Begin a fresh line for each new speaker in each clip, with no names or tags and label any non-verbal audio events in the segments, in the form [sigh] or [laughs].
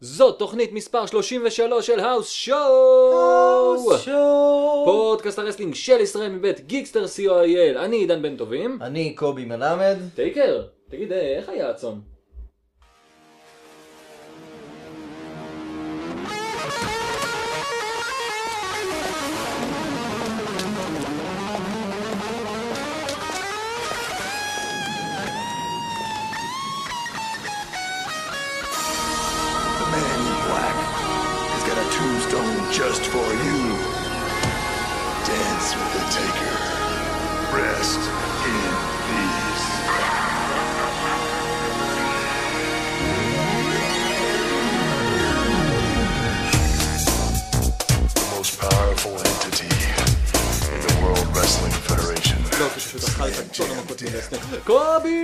זאת תוכנית מספר 33 של האוס שואו!
שואו.
פודקאסט הרסלינג של ישראל מבית גיקסטר co.il, אני עידן בן טובים.
אני קובי מלמד.
טייקר, תגיד, אה, איך היה הצום?
The man in black has got a tombstone just for you. Dance with the Taker. Rest in peace. The most powerful entity in the World Wrestling Federation.
קובי!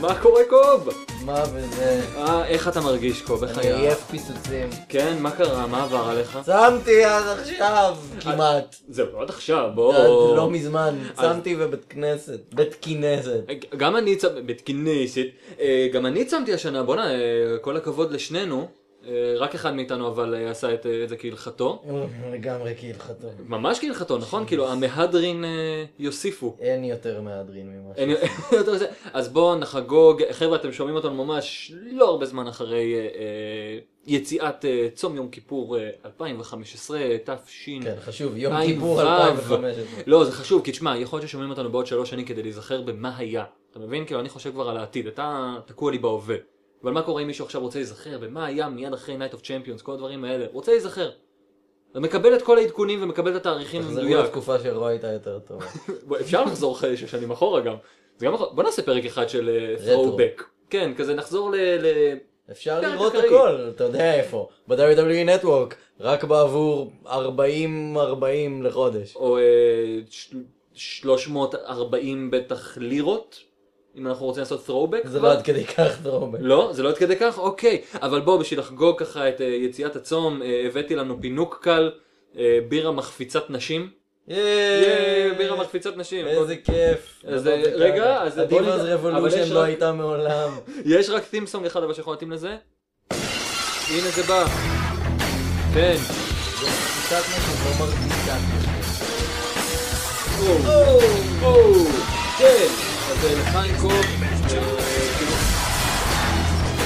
מה קורה קוב?
מה וזה?
אה, איך אתה מרגיש קוב? איך
אני
היה?
עייף פיצוצים.
כן, מה קרה? מה עבר עליך?
צמתי עד עכשיו,
אה,
כמעט.
זהו, עד עכשיו,
עד לא
בואו.
מזמן. צמתי בבית כנסת. בית כנסת.
גם אני צמתי, בית כנסת, אה, גם אני צמתי השנה, בואנה, אה, כל הכבוד לשנינו, אה, רק אחד מאיתנו אבל אה, עשה את אה, את זה כהלכתו.
לגמרי כהלכתו.
ממש כהלכתו, נכון? כאילו המהדרין אה, יוסיפו.
אין יותר מהדרין ממה
[laughs]
ש...
אין יותר זה. אז בואו נחגוג, חבר'ה אתם שומעים אותנו ממש לא הרבה זמן אחרי אה, אה, יציאת אה, צום יום כיפור אה, 2015, תש...
כן, חשוב. יום
עין
כיפור
ו'.
2015.
לא, זה חשוב, כי תשמע, יכול להיות ששומעים אותנו בעוד שלוש שנים כדי להיזכר במה היה. אתה מבין? כאילו, אני חושב כבר על העתיד, אתה תקוע לי בהווה. אבל מה קורה אם מישהו עכשיו רוצה להיזכר במה היה מיד אחרי Night of Champions, כל הדברים האלה? רוצה להיזכר. ומקבל את כל העדכונים ומקבל את התאריכים
תחזרו
במדויק.
לתקופה שרוע הייתה יותר
[laughs]
טובה.
בוא, אפשר לחזור אחרי שש שנים אחורה גם. זה גם יכול... בוא נעשה פרק אחד של אה,
רטרו.
throwback. כן, כזה נחזור ל... ל...
אפשר
פרק
לראות
אקראי.
הכל, אתה יודע איפה. ב-WWE Network, רק בעבור 40-40 לחודש.
או אה, ש- 340 בטח לירות, אם אנחנו רוצים לעשות throwback.
זה
כבר.
לא עד כדי כך דרומי.
לא, זה לא עד כדי כך? אוקיי. אבל בוא, בשביל לחגוג ככה את אה, יציאת הצום, אה, הבאתי לנו פינוק קל, אה, בירה מחפיצת נשים.
ייי,
ייי, בירה מחפיצת נשים.
איזה כיף.
אז,
לא, זה
רגע,
ככה.
אז בוא נדע-
הדיברס
אבל יש
רבולושן לא
רק- [laughs]
הייתה מעולם.
יש רק טימסונג אחד אבל שיכול להתאים לזה? הנה זה בא. כן.
קצת משהו, לא מרגישה.
או, או, כן. אז אה, לחיים קוב. אה, כאילו,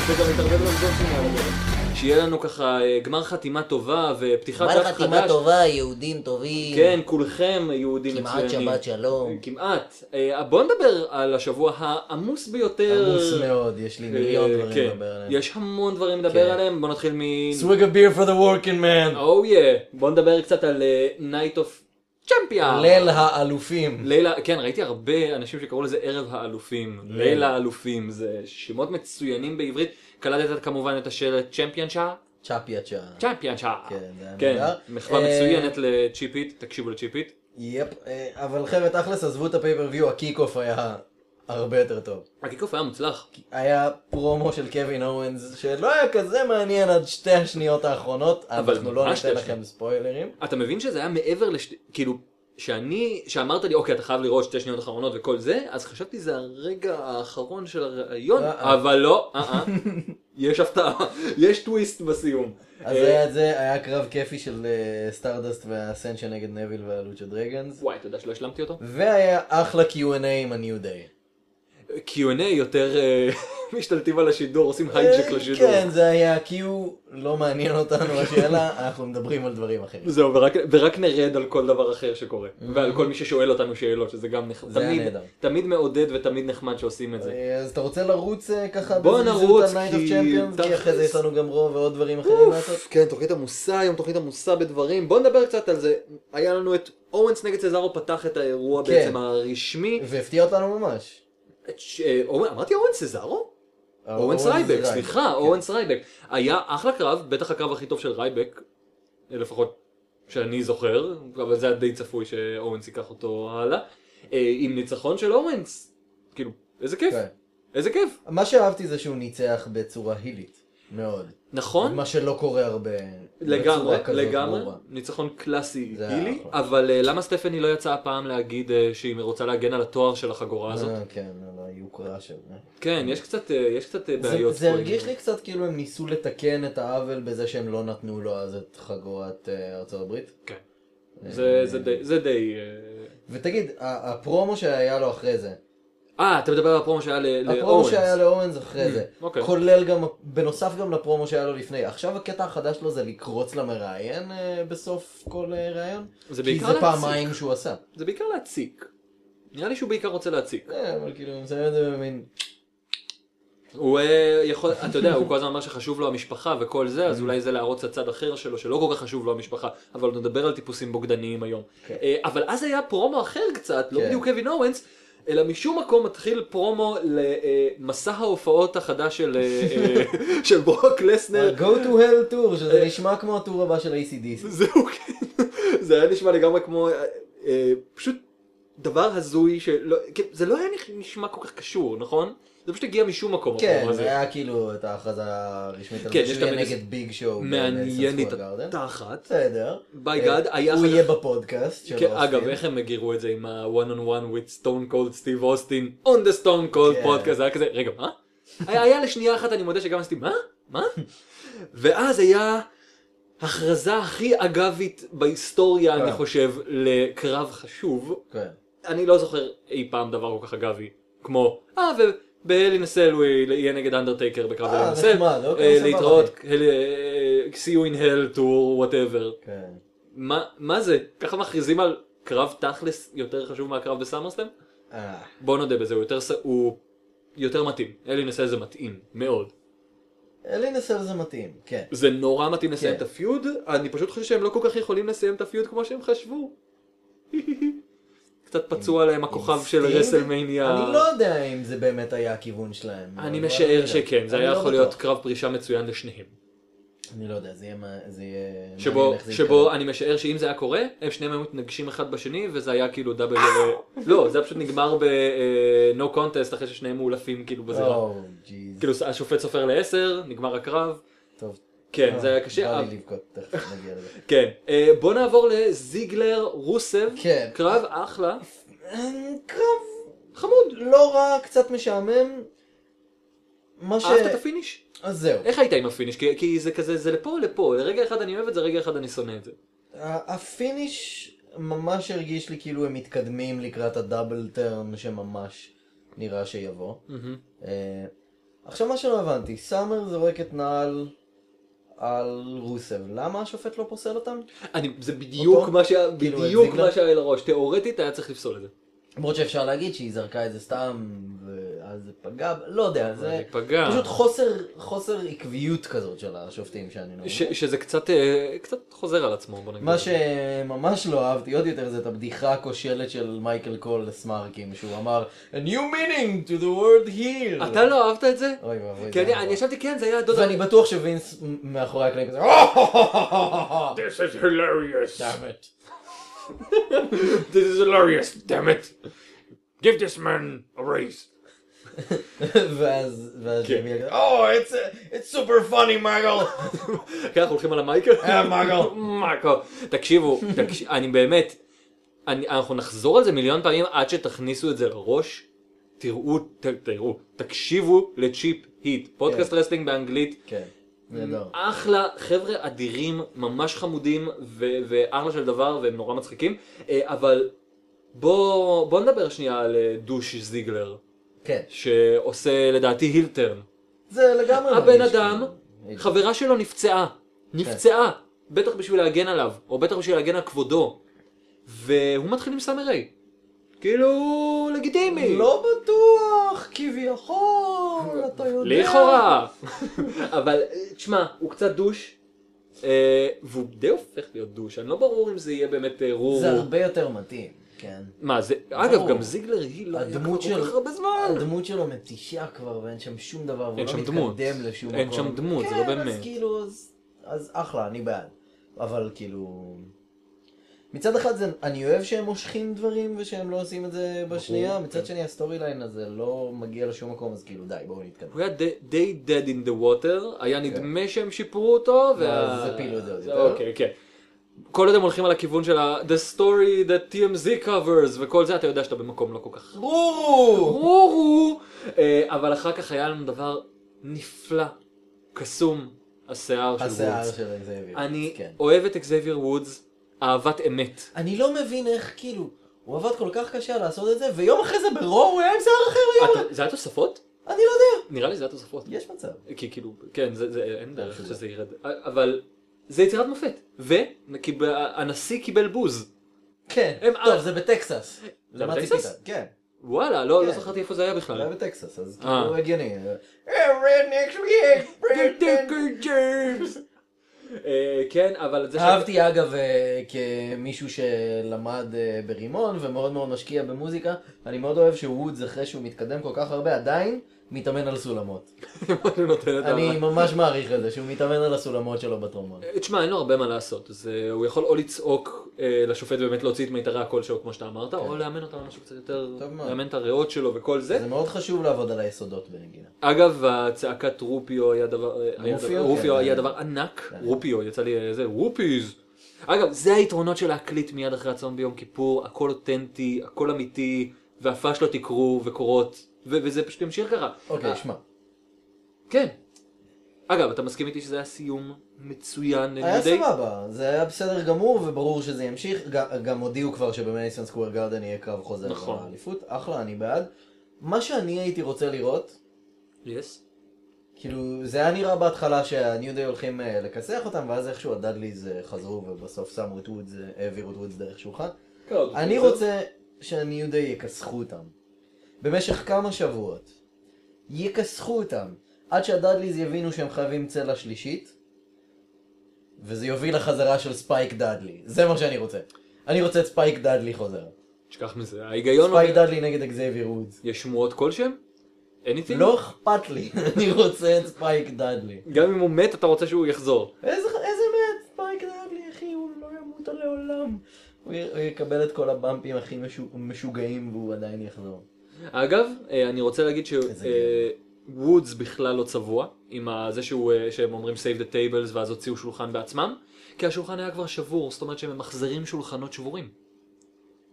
זה גם מתערבב לנו בזמן שלנו, אבל- שיהיה לנו ככה אה, גמר חתימה טובה ופתיחת דף
גמר
חדש.
חתימה טובה, יהודים טובים.
כן, כולכם יהודים
כמעט
מצוינים.
שבת שלום.
כמעט. אה, בואו נדבר על השבוע העמוס ביותר.
עמוס מאוד, יש לי
אה,
מיליון
כן.
דברים לדבר עליהם.
יש המון דברים לדבר
כן.
עליהם, בואו נתחיל מ...
סוויג of beer for the working man.
או יא. בואו נדבר קצת על אה, נייט אוף צ'מפיאן.
ליל האלופים.
לילה, כן, ראיתי הרבה אנשים שקראו לזה ערב האלופים.
ליל.
ליל האלופים, זה שמות מצוינים בעברית. קלטת כמובן את השלט צ'מפיאן שעה?
צ'אפיה צ'אה.
צ'מפיאן שעה.
כן, זה היה
כן,
נהדר.
מחווה
אה,
מצוינת לצ'יפית, תקשיבו לצ'יפית.
יפ. אה, אבל חבר'ה, תכלס, עזבו את הפייפריוויו, הקיק אוף היה הרבה יותר טוב.
הקיקוף היה מוצלח.
היה פרומו של קווין אורנס, שלא היה כזה מעניין עד שתי השניות האחרונות,
אבל
אנחנו לא
ממש שתי
ניתן לכם ספוילרים.
אתה מבין שזה היה מעבר לש... כאילו, שאני, שאמרת לי, אוקיי, אתה חייב לראות שתי שניות אחרונות וכל זה, אז חשבתי זה הרגע האחרון של הראיון,
אה-אה.
אבל לא, אה-אה. יש הפתעה, יש טוויסט בסיום.
אז
אה,
היה את זה, היה קרב כיפי של אה, סטארדסט והאסנשן נגד נביל והלוצ'ה דרגנס,
וואי, אתה יודע שלא השלמתי אותו?
והיה אחלה Q&A עם ה-New Day.
Q&A יותר אה, [laughs] משתלטים על השידור, עושים הייג'ק
אה,
לשידור.
כן, זה היה Q, לא מעניין אותנו השאלה, [laughs] אנחנו מדברים על דברים אחרים.
זהו, ורק, ורק נרד על כל דבר אחר שקורה, ועל כל מי ששואל אותנו שאלות, שזה גם נחמד.
אה. זה היה
תמיד-
נהדר.
תמיד מעודד ותמיד נחמד שעושים את זה.
אה, אז אתה רוצה לרוץ אה, ככה
בוא נרוץ,
על Night
כי
of Champions? כי אחרי זה
תכלס-
יש לנו גם רוב ועוד דברים אחרים לעשות.
כן, תוכנית עמוסה, היום תוכנית עמוסה בדברים. בוא נדבר קצת על זה. היה לנו את אורנס נגד סזארו פתח את האירוע
כן.
בעצם הרשמי.
והפתיע אותנו ממש.
את ש- אה, אורן- אמרתי אורנס סזארו? אורנס רייבק, סליחה,
כן.
אורנס רייבק. היה אחלה קרב, בטח הקרב הכי טוב של רייבק, אה, לפחות שאני זוכר, אבל זה היה די צפוי שאורנס ייקח אותו הלאה. אה, עם ניצחון של אורנס. כאילו, איזה כיף,
כן.
איזה כיף.
מה שאהבתי זה שהוא ניצח בצורה הילית. מאוד.
נכון?
מה שלא קורה הרבה.
לגמרי,
בצורה כזאת
לגמרי,
ברורה.
ניצחון קלאסי
זה נכון.
גילי,
אחלה.
אבל אה, למה סטפני לא יצאה הפעם להגיד אה, שהיא רוצה להגן על התואר של החגורה הזאת?
אה, כן, על היוקרה של...
כן, יש קצת, אה, יש קצת אה,
זה,
בעיות.
זה
פה עם-
הרגיש לי קצת כאילו הם ניסו לתקן את העוול בזה שהם לא נתנו לו אז את חגורת אה, ארצות הברית.
כן.
אה.
זה- זה די- זה די... אה,
ותגיד, ה- הפרומו שהיה לו אחרי זה,
אה, אתה מדבר על הפרומו שהיה ל- לאורנס.
הפרומו שהיה לאורנס אחרי זה,
אוקיי.
כולל גם, בנוסף גם לפרומו שהיה לו לפני, עכשיו הקטע החדש שלו זה לקרוץ למראיין אה, בסוף כל אה, ראיון?
זה
כי
בעיקר
זה
להציק.
פעמיים שהוא עשה.
זה בעיקר להציק. נראה לי שהוא בעיקר רוצה להציק.
אה, אבל כאילו, הם שמים את זה במין...
הוא אה, יכול, אתה יודע, הוא כל הזמן אומר שחשוב לו המשפחה וכל זה,
כן.
אז אולי זה להראות את הצד אחר שלו, שלא כל כך חשוב לו המשפחה, אבל עוד נדבר על טיפוסים בוגדניים היום.
כן.
אה, אבל אז היה פרומו אחר קצת, לא
כן.
בדיוק קווין אורנס, אלא משום מקום מתחיל פרומו למסע ההופעות החדש של, אה, אה,
[laughs]
של ברוק לסנר.
Go to hell tour, שזה
אה,
נשמע כמו הטור הבא של ACDC.
זהו, כן. זה היה נשמע לגמרי כמו, אה, אה, פשוט דבר הזוי, שלא, כן, זה לא היה נשמע כל כך קשור, נכון? זה פשוט הגיע משום מקום.
כן,
הפרומו הזה.
זה היה כאילו את ההכרזה הרשמית על
כן, יש
זה שהוא יהיה
תמיד איזה-
נגד ביג שואו.
מעניינת
בסנסקואר גארדן.
התחת.
בסדר.
ביי
אה,
גאד, היה
הוא
אחר-
יהיה בפודקאסט של
כן,
אוסטין.
אגב, איך הם הגירו את זה עם ה-one on one with stone cold סטיב אוסטין, on the stone cold
כן.
podcast, זה היה כזה, רגע, מה? היה היה לשנייה אחת, אני מודה שגם עשיתי, מה? מה? ואז היה הכרזה הכי אגבית בהיסטוריה, אני
אה.
חושב, לקרב חשוב.
כן.
אני לא זוכר אי פעם דבר כל כך אגבי, כמו, אה, ובהלינסל הוא יהיה נגד אנדרטייקר בקרב
אה,
הלינסל,
נחמד, אוקיי, סבבה,
להתראות, אה, see you in hell tour, whatever.
כן.
מה, מה זה? ככה מכריזים על קרב תכלס יותר חשוב מהקרב בסמרסלאם?
אה,
בוא נודה בזה, הוא יותר, ס- הוא יותר מתאים. אלי נסל זה מתאים, מאוד.
אלינסל אה, זה מתאים, כן.
זה נורא מתאים לסיים
כן.
את הפיוד, אני פשוט חושב שהם לא כל כך יכולים לסיים את הפיוד כמו שהם חשבו. קצת פצוע להם הכוכב של
סטינג?
רסלמניה.
אני לא יודע אם זה באמת היה הכיוון שלהם.
אני
אבל לא
משער
יודע.
שכן, זה
אני
היה
לא
יכול להיות
בטוח.
קרב פרישה מצוין לשניהם.
אני לא יודע, זה יהיה... מה- זה יהיה-
שבו,
מעניין לא איך זה
שבו
יתקדם.
אני משער שאם זה היה קורה, הם שניהם היו מתנגשים אחד בשני, וזה היה כאילו דאבל... לא, זה היה פשוט נגמר ב-No contest אחרי ששניהם מאולפים כאילו בזירה.
או, ג'יז.
כאילו השופט סופר לעשר, נגמר הקרב.
טוב.
כן,
אה,
זה היה קשה.
בא
אבל-
לי לבכות, תכף נגיע לזה.
כן. אה, בוא נעבור לזיגלר רוסב.
כן.
קרב אחלה.
אה, קרב
חמוד.
לא רע, קצת משעמם. מה ש...
אהבת את הפיניש?
אז זהו.
איך היית עם הפיניש? כי- כי זה כזה, זה לפה לפה. לרגע אחד אני אוהב את זה, רגע אחד אני שונא את זה.
ה- הפיניש ממש הרגיש לי כאילו הם מתקדמים לקראת הדאבל טרן שממש נראה שיבוא.
מהמם.
אה, עכשיו מה שלא הבנתי, סאמר זורקת נעל על רוסב, למה השופט לא פוסל אותם?
אני, זה בדיוק
אותו?
מה שהיה,
כאילו, את
בדיוק
זיגלר?
מה שהיה לראש. תיאורטית היה צריך לפסול את זה.
למרות שאפשר להגיד שהיא זרקה את זה סתם, ואז זה פגע, ב- לא יודע, זה
זה פגע.
פשוט חוסר, חוסר עקביות כזאת של השופטים שאני לא...
ש, שזה קצת, אה, קצת חוזר על עצמו, בוא נגיד.
מה שממש לא אהבתי עוד יותר זה את הבדיחה הכושלת של מייקל קול לסמארקים, שהוא אמר A new meaning to the word here.
אתה לא אהבת את זה?
אוי ואבוי.
כי
זה
אני,
היה
אני
נורא.
ישבתי, כן, זה היה הדוד...
ואני בטוח שווינס מ- מאחורי הקלעים כזה "Oh,
This is hilarious.
[laughs] damn it.
This is hilarious, damn it. Give this man a raise.
ואז, ואז
כן.
ג'ימי כזה, Oh, it's, it's super funny, מייקל. [laughs]
כן, אנחנו הולכים על המייקל?
אה, מייקל.
מייקל. תקשיבו, תקש... אני באמת, אני, אנחנו נחזור על זה מיליון פעמים עד שתכניסו את זה לראש. תראו, ת, תראו, תקשיבו לצ'יפ היט, פודקאסט רסלינג באנגלית,
כן, נהדר.
אחלה, חבר'ה אדירים, ממש חמודים ו- ואחלה של דבר, והם נורא מצחיקים, אה, אבל בוא, בוא נדבר שנייה על אה, דוש זיגלר,
כן,
שעושה לדעתי הילטרן.
זה לגמרי
הבן
מרגיש
אדם,
כאילו-
חברה שלו נפצעה, נפצעה, בטח בשביל להגן עליו, או בטח בשביל להגן על כבודו, והוא מתחיל עם סאמרי. כאילו, לגיטימי.
לא בטוח, כביכול, אתה יודע.
לכאורה. אבל אה, תשמע, הוא קצת דוש, אה, והוא די הופך להיות דוש, אני לא ברור אם זה יהיה באמת אה, רורו.
זה הרבה יותר מתאים, כן.
מה זה, אגב,
ברור.
גם זיגלר היא לא הייתה
הדמות
כל
של...
כך הרבה זמן.
הדמות שלו מתישה כבר, ואין שם שום דבר, והוא
אין
לא
שם
מתקדם
דמות.
לשום מקום.
אין שם דמות, זה לא
כן,
באמת.
אז כאילו, אז, אז אחלה, אני בעד. אבל כאילו... מצד אחד זה, אני אוהב שהם מושכים דברים ושהם לא עושים את זה בשנייה,
כן.
מצד שני הסטורי ליין הזה לא מגיע לשום מקום, אז כאילו די, בואו נתקדם.
הוא היה די- די dead in the water, היה נדמה שהם שיפרו אותו, וה...
אז הפילו את כן. אה, זה אה? עוד
זה-
יותר.
אוקיי, כן. כל עוד הם הולכים על הכיוון של ה- The story that TMZ covers וכל זה, אתה יודע שאתה במקום לא כל כך
ברור!
ברור. אה, אבל אחר כך היה לנו דבר נפלא, קסום, השיער של
השיער
וודס.
של אקזייביר.
אני
כן.
אוהב את אקזייביר וודס, אהבת אמת.
אני לא מבין איך כאילו, הוא עבד כל כך קשה לעשות את זה, ויום אחרי זה ברור הוא היה עם שיער אחר לגמרי.
אתה- זה היה תוספות?
אני לא יודע.
נראה לי זה היה תוספות.
יש מצב.
כי כאילו, כן, זה, זה, אין דרך
שזה.
שזה ירד. אבל זה יצירת מופת. והנשיא קיבל בוז.
כן.
הם-
טוב, זה בטקסס. למה
בטקסס?
ציפית? כן.
וואלה, לא, לא
כן.
זכרתי איפה זה היה
זה היה
בכלל. [laughs]
בטקסס, אז
אה.
כאילו הגיוני. אה, rednecks, yes, rednecks.
אה, כן, אבל זה ש... [laughs]
אהבתי אגב אה, כמישהו שלמד אה, ברימון ומאוד מאוד משקיע במוזיקה, אני מאוד אוהב שוודס אחרי שהוא מתקדם כל כך הרבה עדיין מתאמן על סולמות.
הוא נותן את ה-
אני ממש מעריך את זה שהוא מתאמן על הסולמות שלו בטרומון.
תשמע, אין לו הרבה מה לעשות. אז אה, הוא יכול או לצעוק אה, לשופט ובאמת להוציא את מיתרי הקול שלו, כמו שאתה אמרת, או לאמן אותו על משהו קצת יותר...
כן. טוב מאוד.
לאמן את הריאות שלו וכל זה.
זה מאוד חשוב לעבוד על היסודות בנגינה.
אגב, הצעקת רופיו היה דבר, אה, היה
רופיו?
דבר, רופיו
כן.
היה דבר ענק, רופיו, יצא לי אה, זה, רופיז. אגב, זה היתרונות של להקליט מיד אחרי הצום ביום כיפור, הכל אותנטי, הכל אמיתי, והפאשלות יקרו וקורות, ו- וזה פשוט ימשיך ככה.
אוקיי,
אה,
שמע.
כן. אגב, אתה מסכים איתי שזה היה סיום מצוין?
היה
אני יודע-
סבבה, זה היה בסדר גמור וברור שזה ימשיך, ג- גם הודיעו כבר שבמדיסון סקוור גרדן יהיה קרב חוזר
נכון.
לאליפות, אחלה, אני בעד. מה שאני הייתי רוצה לראות,
Yes.
כאילו, זה היה נראה בהתחלה שהניו דיי הולכים אה, לכסח אותם, ואז איכשהו הדאדליז אה, חזרו ובסוף שמו את וודס, אה, העבירו את וודס דרך שולחן. אני רוצה שהניו דיי יכסחו אותם. במשך כמה שבועות. יכסחו אותם. עד שהדאדליז יבינו שהם חייבים צלע שלישית, וזה יוביל לחזרה של ספייק דאדלי. זה מה שאני רוצה. אני רוצה את ספייק דאדלי חוזר.
תשכח מזה, ההיגיון
ספייק
אומר,
דאדלי נגד אקזייביר וודס.
יש שמועות כלשהם? anything?
לא אכפת לי, [laughs] אני רוצה את ספייק דאדלי.
גם אם הוא מת, אתה רוצה שהוא יחזור.
איזה איזה מת, ספייק דאדלי, אחי, הוא לא ימות לעולם. הוא י- הוא יקבל את כל הבמפים הכי משו- משוגעים והוא עדיין יחזור.
אגב, אה, אני רוצה להגיד
איזה גבר.
שוודס בכלל לא צבוע, עם ה- זה שהוא, אה, שהם אומרים save the tables ואז הוציאו שולחן בעצמם, כי השולחן היה כבר שבור, זאת אומרת שהם ממחזרים שולחנות שבורים.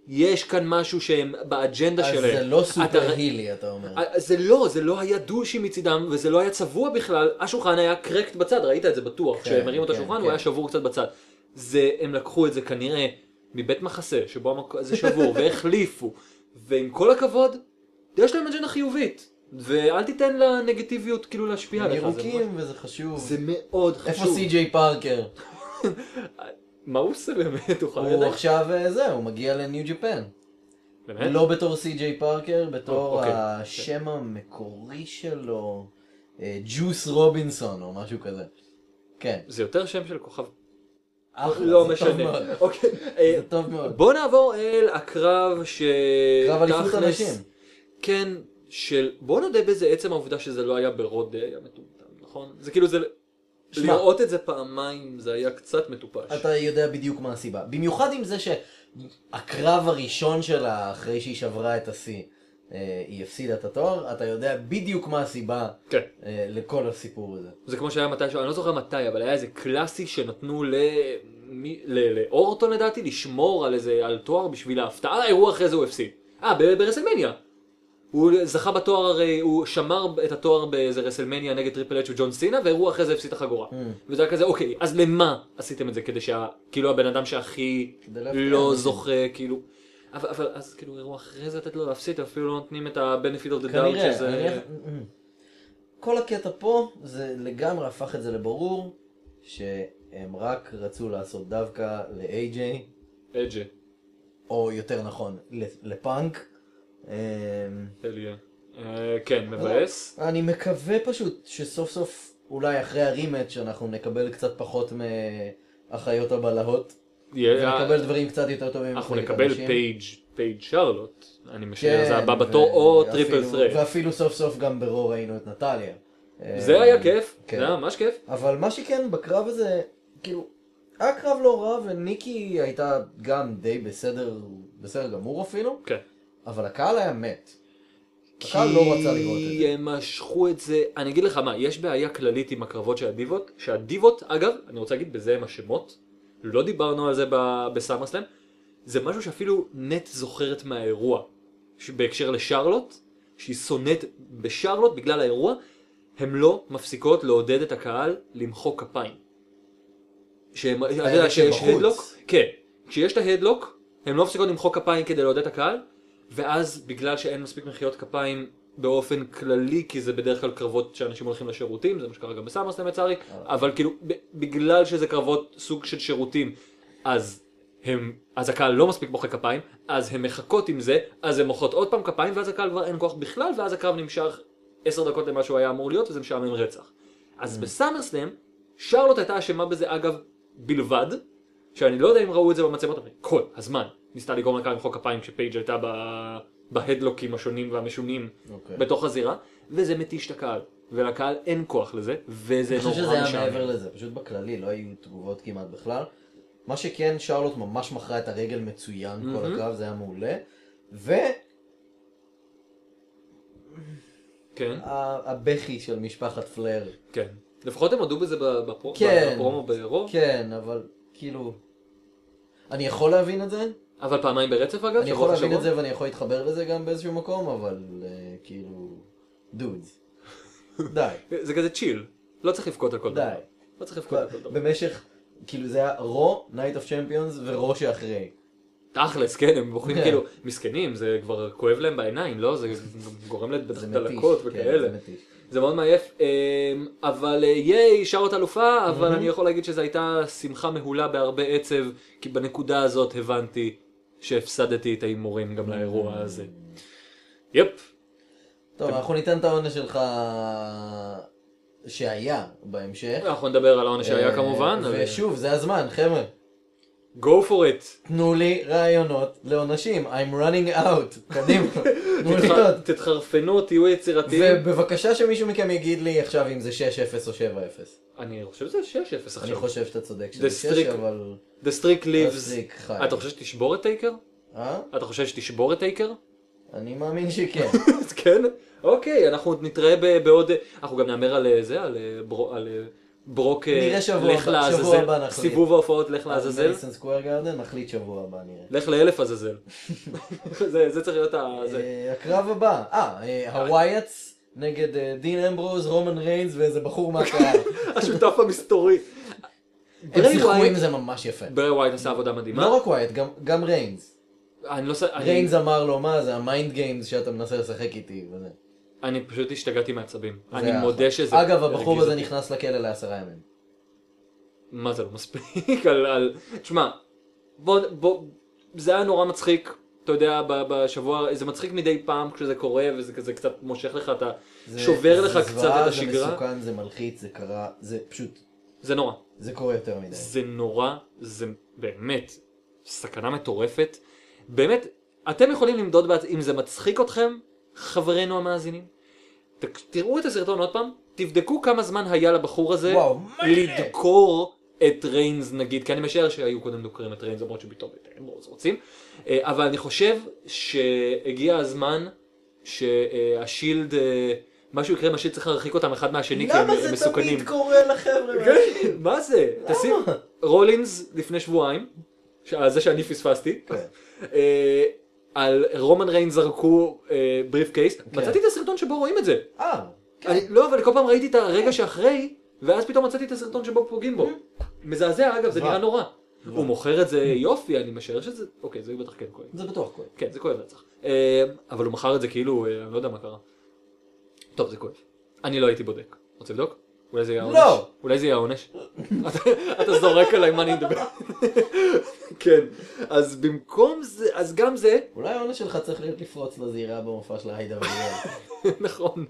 יש כאן משהו שהם באג'נדה
אז
שלהם.
זה לא
אתה
סופר
ר-
הילי, אתה אומר.
אה, זה לא, זה לא היה דושי מצידם, וזה לא היה צבוע בכלל, השולחן היה קרקט בצד, ראית את זה בטוח,
כן,
כשהם הרימו את
כן,
השולחן
כן.
הוא היה שבור קצת בצד. זה, הם לקחו את זה כנראה מבית מחסה, שבו המק... זה שבור, [laughs] והחליפו, ועם כל הכבוד, יש להם אג'נדה חיובית, ואל תיתן לנגטיביות כאילו להשפיע
הם
עליך. זה ממש-
ירוקים וזה חשוב.
זה מאוד
איפה
חשוב.
סי.ג'יי פארקר?
מה הוא עושה באמת? הוא חייב...
הוא עכשיו אה, זה, הוא מגיע לניו ג'פן.
באמת?
לא בתור סי.ג'יי פארקר, בתור
אוקיי,
השם המקורי שלו, אה, ג'וס רובינסון או משהו כזה. כן.
זה יותר שם של כוכב.
אחלה,
לא
לא, זה טוב
משנה.
מאוד.
אוקיי. אה,
זה טוב מאוד.
בוא נעבור אל הקרב ש...
קרב אליפות
תכלס-
הנשים.
כן, של... בוא נודה בזה, עצם העובדה שזה לא היה ברוד די היה מטומטם, נכון? זה כאילו זה...
שמע.
לראות את זה פעמיים זה היה קצת מטופש.
אתה יודע בדיוק מה הסיבה. במיוחד עם זה שהקרב הראשון שלה, אחרי שהיא שברה את השיא, אה, היא הפסידה את התואר, אתה יודע בדיוק מה הסיבה
כן.
אה, לכל הסיפור הזה.
זה כמו שהיה מתישהו, אני לא זוכר מתי, אבל היה איזה קלאסי שנתנו ל... מי- ל- לאורטון לדעתי לשמור על איזה, על תואר בשביל ההפתעה, האירוע אחרי זה הוא הפסיד. אה, ב- ברסלמניה. הוא זכה בתואר, הרי הוא שמר את התואר באיזה רסלמניה נגד טריפל אץ' וג'ון סינה, ואירוע אחרי זה הפסיד את החגורה.
Mm.
וזה היה כזה, אוקיי, אז למה עשיתם את זה? כדי שה... כאילו הבן אדם שהכי
כדי להפתיע
לא
אנשים.
זוכה, כאילו... אבל, אבל אז כאילו אירוע אחרי זה לתת לו להפסיד, אפילו לא נותנים את ה-benefit of the doubt
כנראה,
שזה...
כנראה. אה. כל הקטע פה, זה לגמרי הפך את זה לברור, שהם רק רצו לעשות דווקא לאיי-ג'יי,
אג'ה,
או יותר נכון, לפאנק. אמ,
אליה. אה, כן, מבאס.
אני מקווה פשוט שסוף סוף, אולי אחרי הרימט, שאנחנו נקבל קצת פחות מאחיות הבלהות.
יהיה-
ונקבל דברים קצת יותר טובים.
אה, אנחנו
ממחלקת
נקבל
הנשים.
פייג' פייג' שרלוט, אני משער
כן,
זה הבא
ו-
בתור או
ואפילו-
טריפל פרי.
ואפילו סוף סוף גם ברו ראינו את נטליה.
זה
אה,
היה כיף,
כן.
זה היה ממש כיף.
אבל מה שכן בקרב הזה, כאילו, היה קרב לא רע, וניקי הייתה גם די בסדר, בסדר גמור אפילו,
כן.
אבל הקהל היה מת.
כי
הקהל לא רצה לראות את זה.
הם משכו את זה, אני אגיד לך מה, יש בעיה כללית עם הקרבות של הדיבות, שהדיבות, אגב, אני רוצה להגיד בזה הם השמות, לא דיברנו על זה ב- בסאמרסלאם, זה משהו שאפילו נט זוכרת מהאירוע, ש- בהקשר לשרלוט, שהיא שונאת בשרלוט בגלל האירוע, הן לא מפסיקות לעודד את הקהל למחוא כפיים. שהם, אתה יודע שיש
שבחוץ.
הדלוק, כן, כשיש את ההדלוק, הן לא מפסיקות למחוא כפיים כדי לעודד את הקהל, ואז בגלל שאין מספיק מחיאות כפיים באופן כללי, כי זה בדרך כלל קרבות שאנשים הולכים לשירותים, זה מה שקרה גם בסמרסלאם לצערי, אבל כאילו, ב- בגלל שזה קרבות סוג של שירותים, אז הם, אז הקהל לא מספיק מוחא כפיים, אז הן מחכות עם זה, אז הן מוחאות עוד פעם כפיים, ואז הקהל כבר אין כוח בכלל, ואז הקרב נמשך עשר דקות למה שהוא היה אמור להיות, וזה משעמם רצח. אז
Mm.
בסמרסלאם, שרלוט הייתה אשמה בזה אגב בלבד, שאני לא יודע אם ראו את זה במצלמות, אבל כל הזמן ניסתה לגרום לקהל למחוא כפיים כשפייג' הייתה ב... בהדלוקים השונים והמשונים
אוקיי.
בתוך הזירה, וזה מתיש את הקהל, ולקהל אין כוח לזה, וזה
אני
נורא
חושב שזה היה
משעמם.
מעבר לזה, פשוט בכללי לא היו תגובות כמעט בכלל. מה שכן, שרלוט ממש מכרה את הרגל מצוין כל הקרב, זה היה מעולה. והבכי
כן,
של משפחת פלר.
כן. לפחות הם הודו בזה ב- בפרו-
כן.
בפרומו ברוב,
כן, אבל כאילו... אני יכול להבין את זה,
אבל פעמיים ברצף אגב,
אני
שבוע
יכול
אחרי
להבין
שבוע.
את זה ואני יכול להתחבר לזה גם באיזשהו מקום, אבל אה, כאילו...
[laughs]
דודס. די.
זה כזה צ'יל, לא צריך לבכות על כל
די.
דבר. לא צריך לבכות על כל דבר.
במשך, כאילו זה היה רו, נייט אוף צ'מפיונס ורו שאחרי.
תכלס, כן, הם בוחרים
כן.
כאילו, מסכנים, זה כבר כואב להם בעיניים, לא? זה גם גורם
זה
לדלקות
מתיש. כן,
וכאלה.
זה מתיש.
זה מאוד מעייף, אמ, אבל אה, ייי, שרות אלופה, אבל אני יכול להגיד שזו הייתה שמחה מהולה בהרבה עצב, כי בנקודה הזאת הבנתי שהפסדתי את ההימורים גם לאירוע הזה. יפ,
טוב, אנחנו ניתן את העונש שלך שהיה בהמשך. אה,
אנחנו נדבר על העונש שהיה כמובן. אבל-
ושוב, זה הזמן, חבר'ה.
go for
[laughs]
it.
תנו לי רעיונות לעונשים. I'm running
[laughs]
out. קדימה. תנו לי
תתח-
עוד.
תתחרפנו, תהיו יצירתיים.
ובבקשה שמישהו מכם יגיד לי עכשיו אם זה 6-0 או 7-0.
אני חושב שזה 6-0
אני
עכשיו.
חושב שאתה צודק
The
שזה 6,
streak.
אבל...
The streak lives.
להפסיק חי.
אתה חושב שתשבור את טייקר?
אה?
אתה חושב שתשבור את טייקר?
אני
[laughs]
מאמין שכן.
אז [laughs] כן? אוקיי, אנחנו עוד נתראה ב- בעוד... אנחנו גם נאמר על אה, זה, על אה, ברו- על, אה, ברוק... אה,
נראה שבוע
לך
הבא- שבוע
לעזאזל.
הבא נחליט.
סיבוב ההופעות לך לעזאזל.
מדיסון סקוויר גרדן, נחליט שבוע הבא נראה.
לך לאלף
[laughs]
עזאזל. זה זה צריך להיות ה... זה.
אה, הקרב הבא, אה, אה, הווייטס נגד אה, דין אמברוז, רומן ריינס ואיזה בחור
[laughs]
מהקהל.
השותף המסתורי.
הם
ברי
שיחקו
ווייט-
עם זה ממש יפה.
ברי ווייט עשה עבודה מדהימה.
לא רק ווייט, גם- גם ריינס.
אני לא... ס- אני-
ריינס אמר לו, מה זה המיינד גיימס שאתה מנסה לשחק איתי. וזה.
אני פשוט השתגעתי מעצבים.
זה
אני
היה
מודה
אחלה.
שזה...
אגב, הבחור
הרגיז
הזה
אותי.
נכנס לכלא לעשרה ימים.
מה זה לא מספיק? [laughs] על... על- תשמע, בוא... בוא... זה היה נורא מצחיק. אתה יודע, ב- בשבוע, זה מצחיק מדי פעם כשזה קורה, וזה כזה קצת מושך לך, אתה
זה-
שובר
זה
לך קצת
זוועה,
את השגרה.
זה מסוכן, זה מלחיץ, זה קרה, זה פשוט,
זה נורא.
זה קורה יותר מדי.
זה נורא, זה באמת סכנה מטורפת. באמת, אתם יכולים למדוד בעצ... אם זה מצחיק אתכם, חברינו המאזינים. ת... תראו את הסרטון עוד פעם, תבדקו כמה זמן היה לבחור הזה
וואו, מלא.
לדקור את ריינס נגיד, כי אני משער שהיו קודם דוקרים את ריינס, למרות שפתאום את אמברוז רוצים. אה, אבל אני חושב שהגיע הזמן שהשילד, אה, משהו יקרה עם השילד צריך להרחיק אותם אחד מהשני, כי הם
למה
הם אה,
זה
מסוכנים.
תמיד קורה לחבר'ה?
כן, מה זה? תשים רולינס לפני שבועיים, ש- על זה שאני פספסתי,
כן.
אה, על רומן ריינס זרקו אה, בריף קייס, מצאתי את הסרטון שבו רואים את זה.
אה,
אני, לא, אבל כל פעם ראיתי את הרגע שאחרי, ואז פתאום מצאתי את הסרטון שבו פוגעים בו. מזעזע, אגב, זה נראה נורא. הוא מוכר את זה יופי, אני משער שזה... אוקיי, זה בטח כן כואב.
זה בטוח קורה.
כן, זה כואב רצח. אה, אבל הוא מכר את זה כאילו, אה, אני לא יודע מה קרה. טוב, זה כואב. אני לא הייתי בודק. רוצה לבדוק? אולי זה יהיה העונש?
לא.
אולי זה יהיה העונש? [laughs] אתה- אתה זורק עליי מה אני מדבר. [laughs] כן. אז במקום זה, אז גם זה, [laughs]
אולי העונש שלך צריך להיות לפרוץ לזירה במופע של היידה ואיאל.
נכון.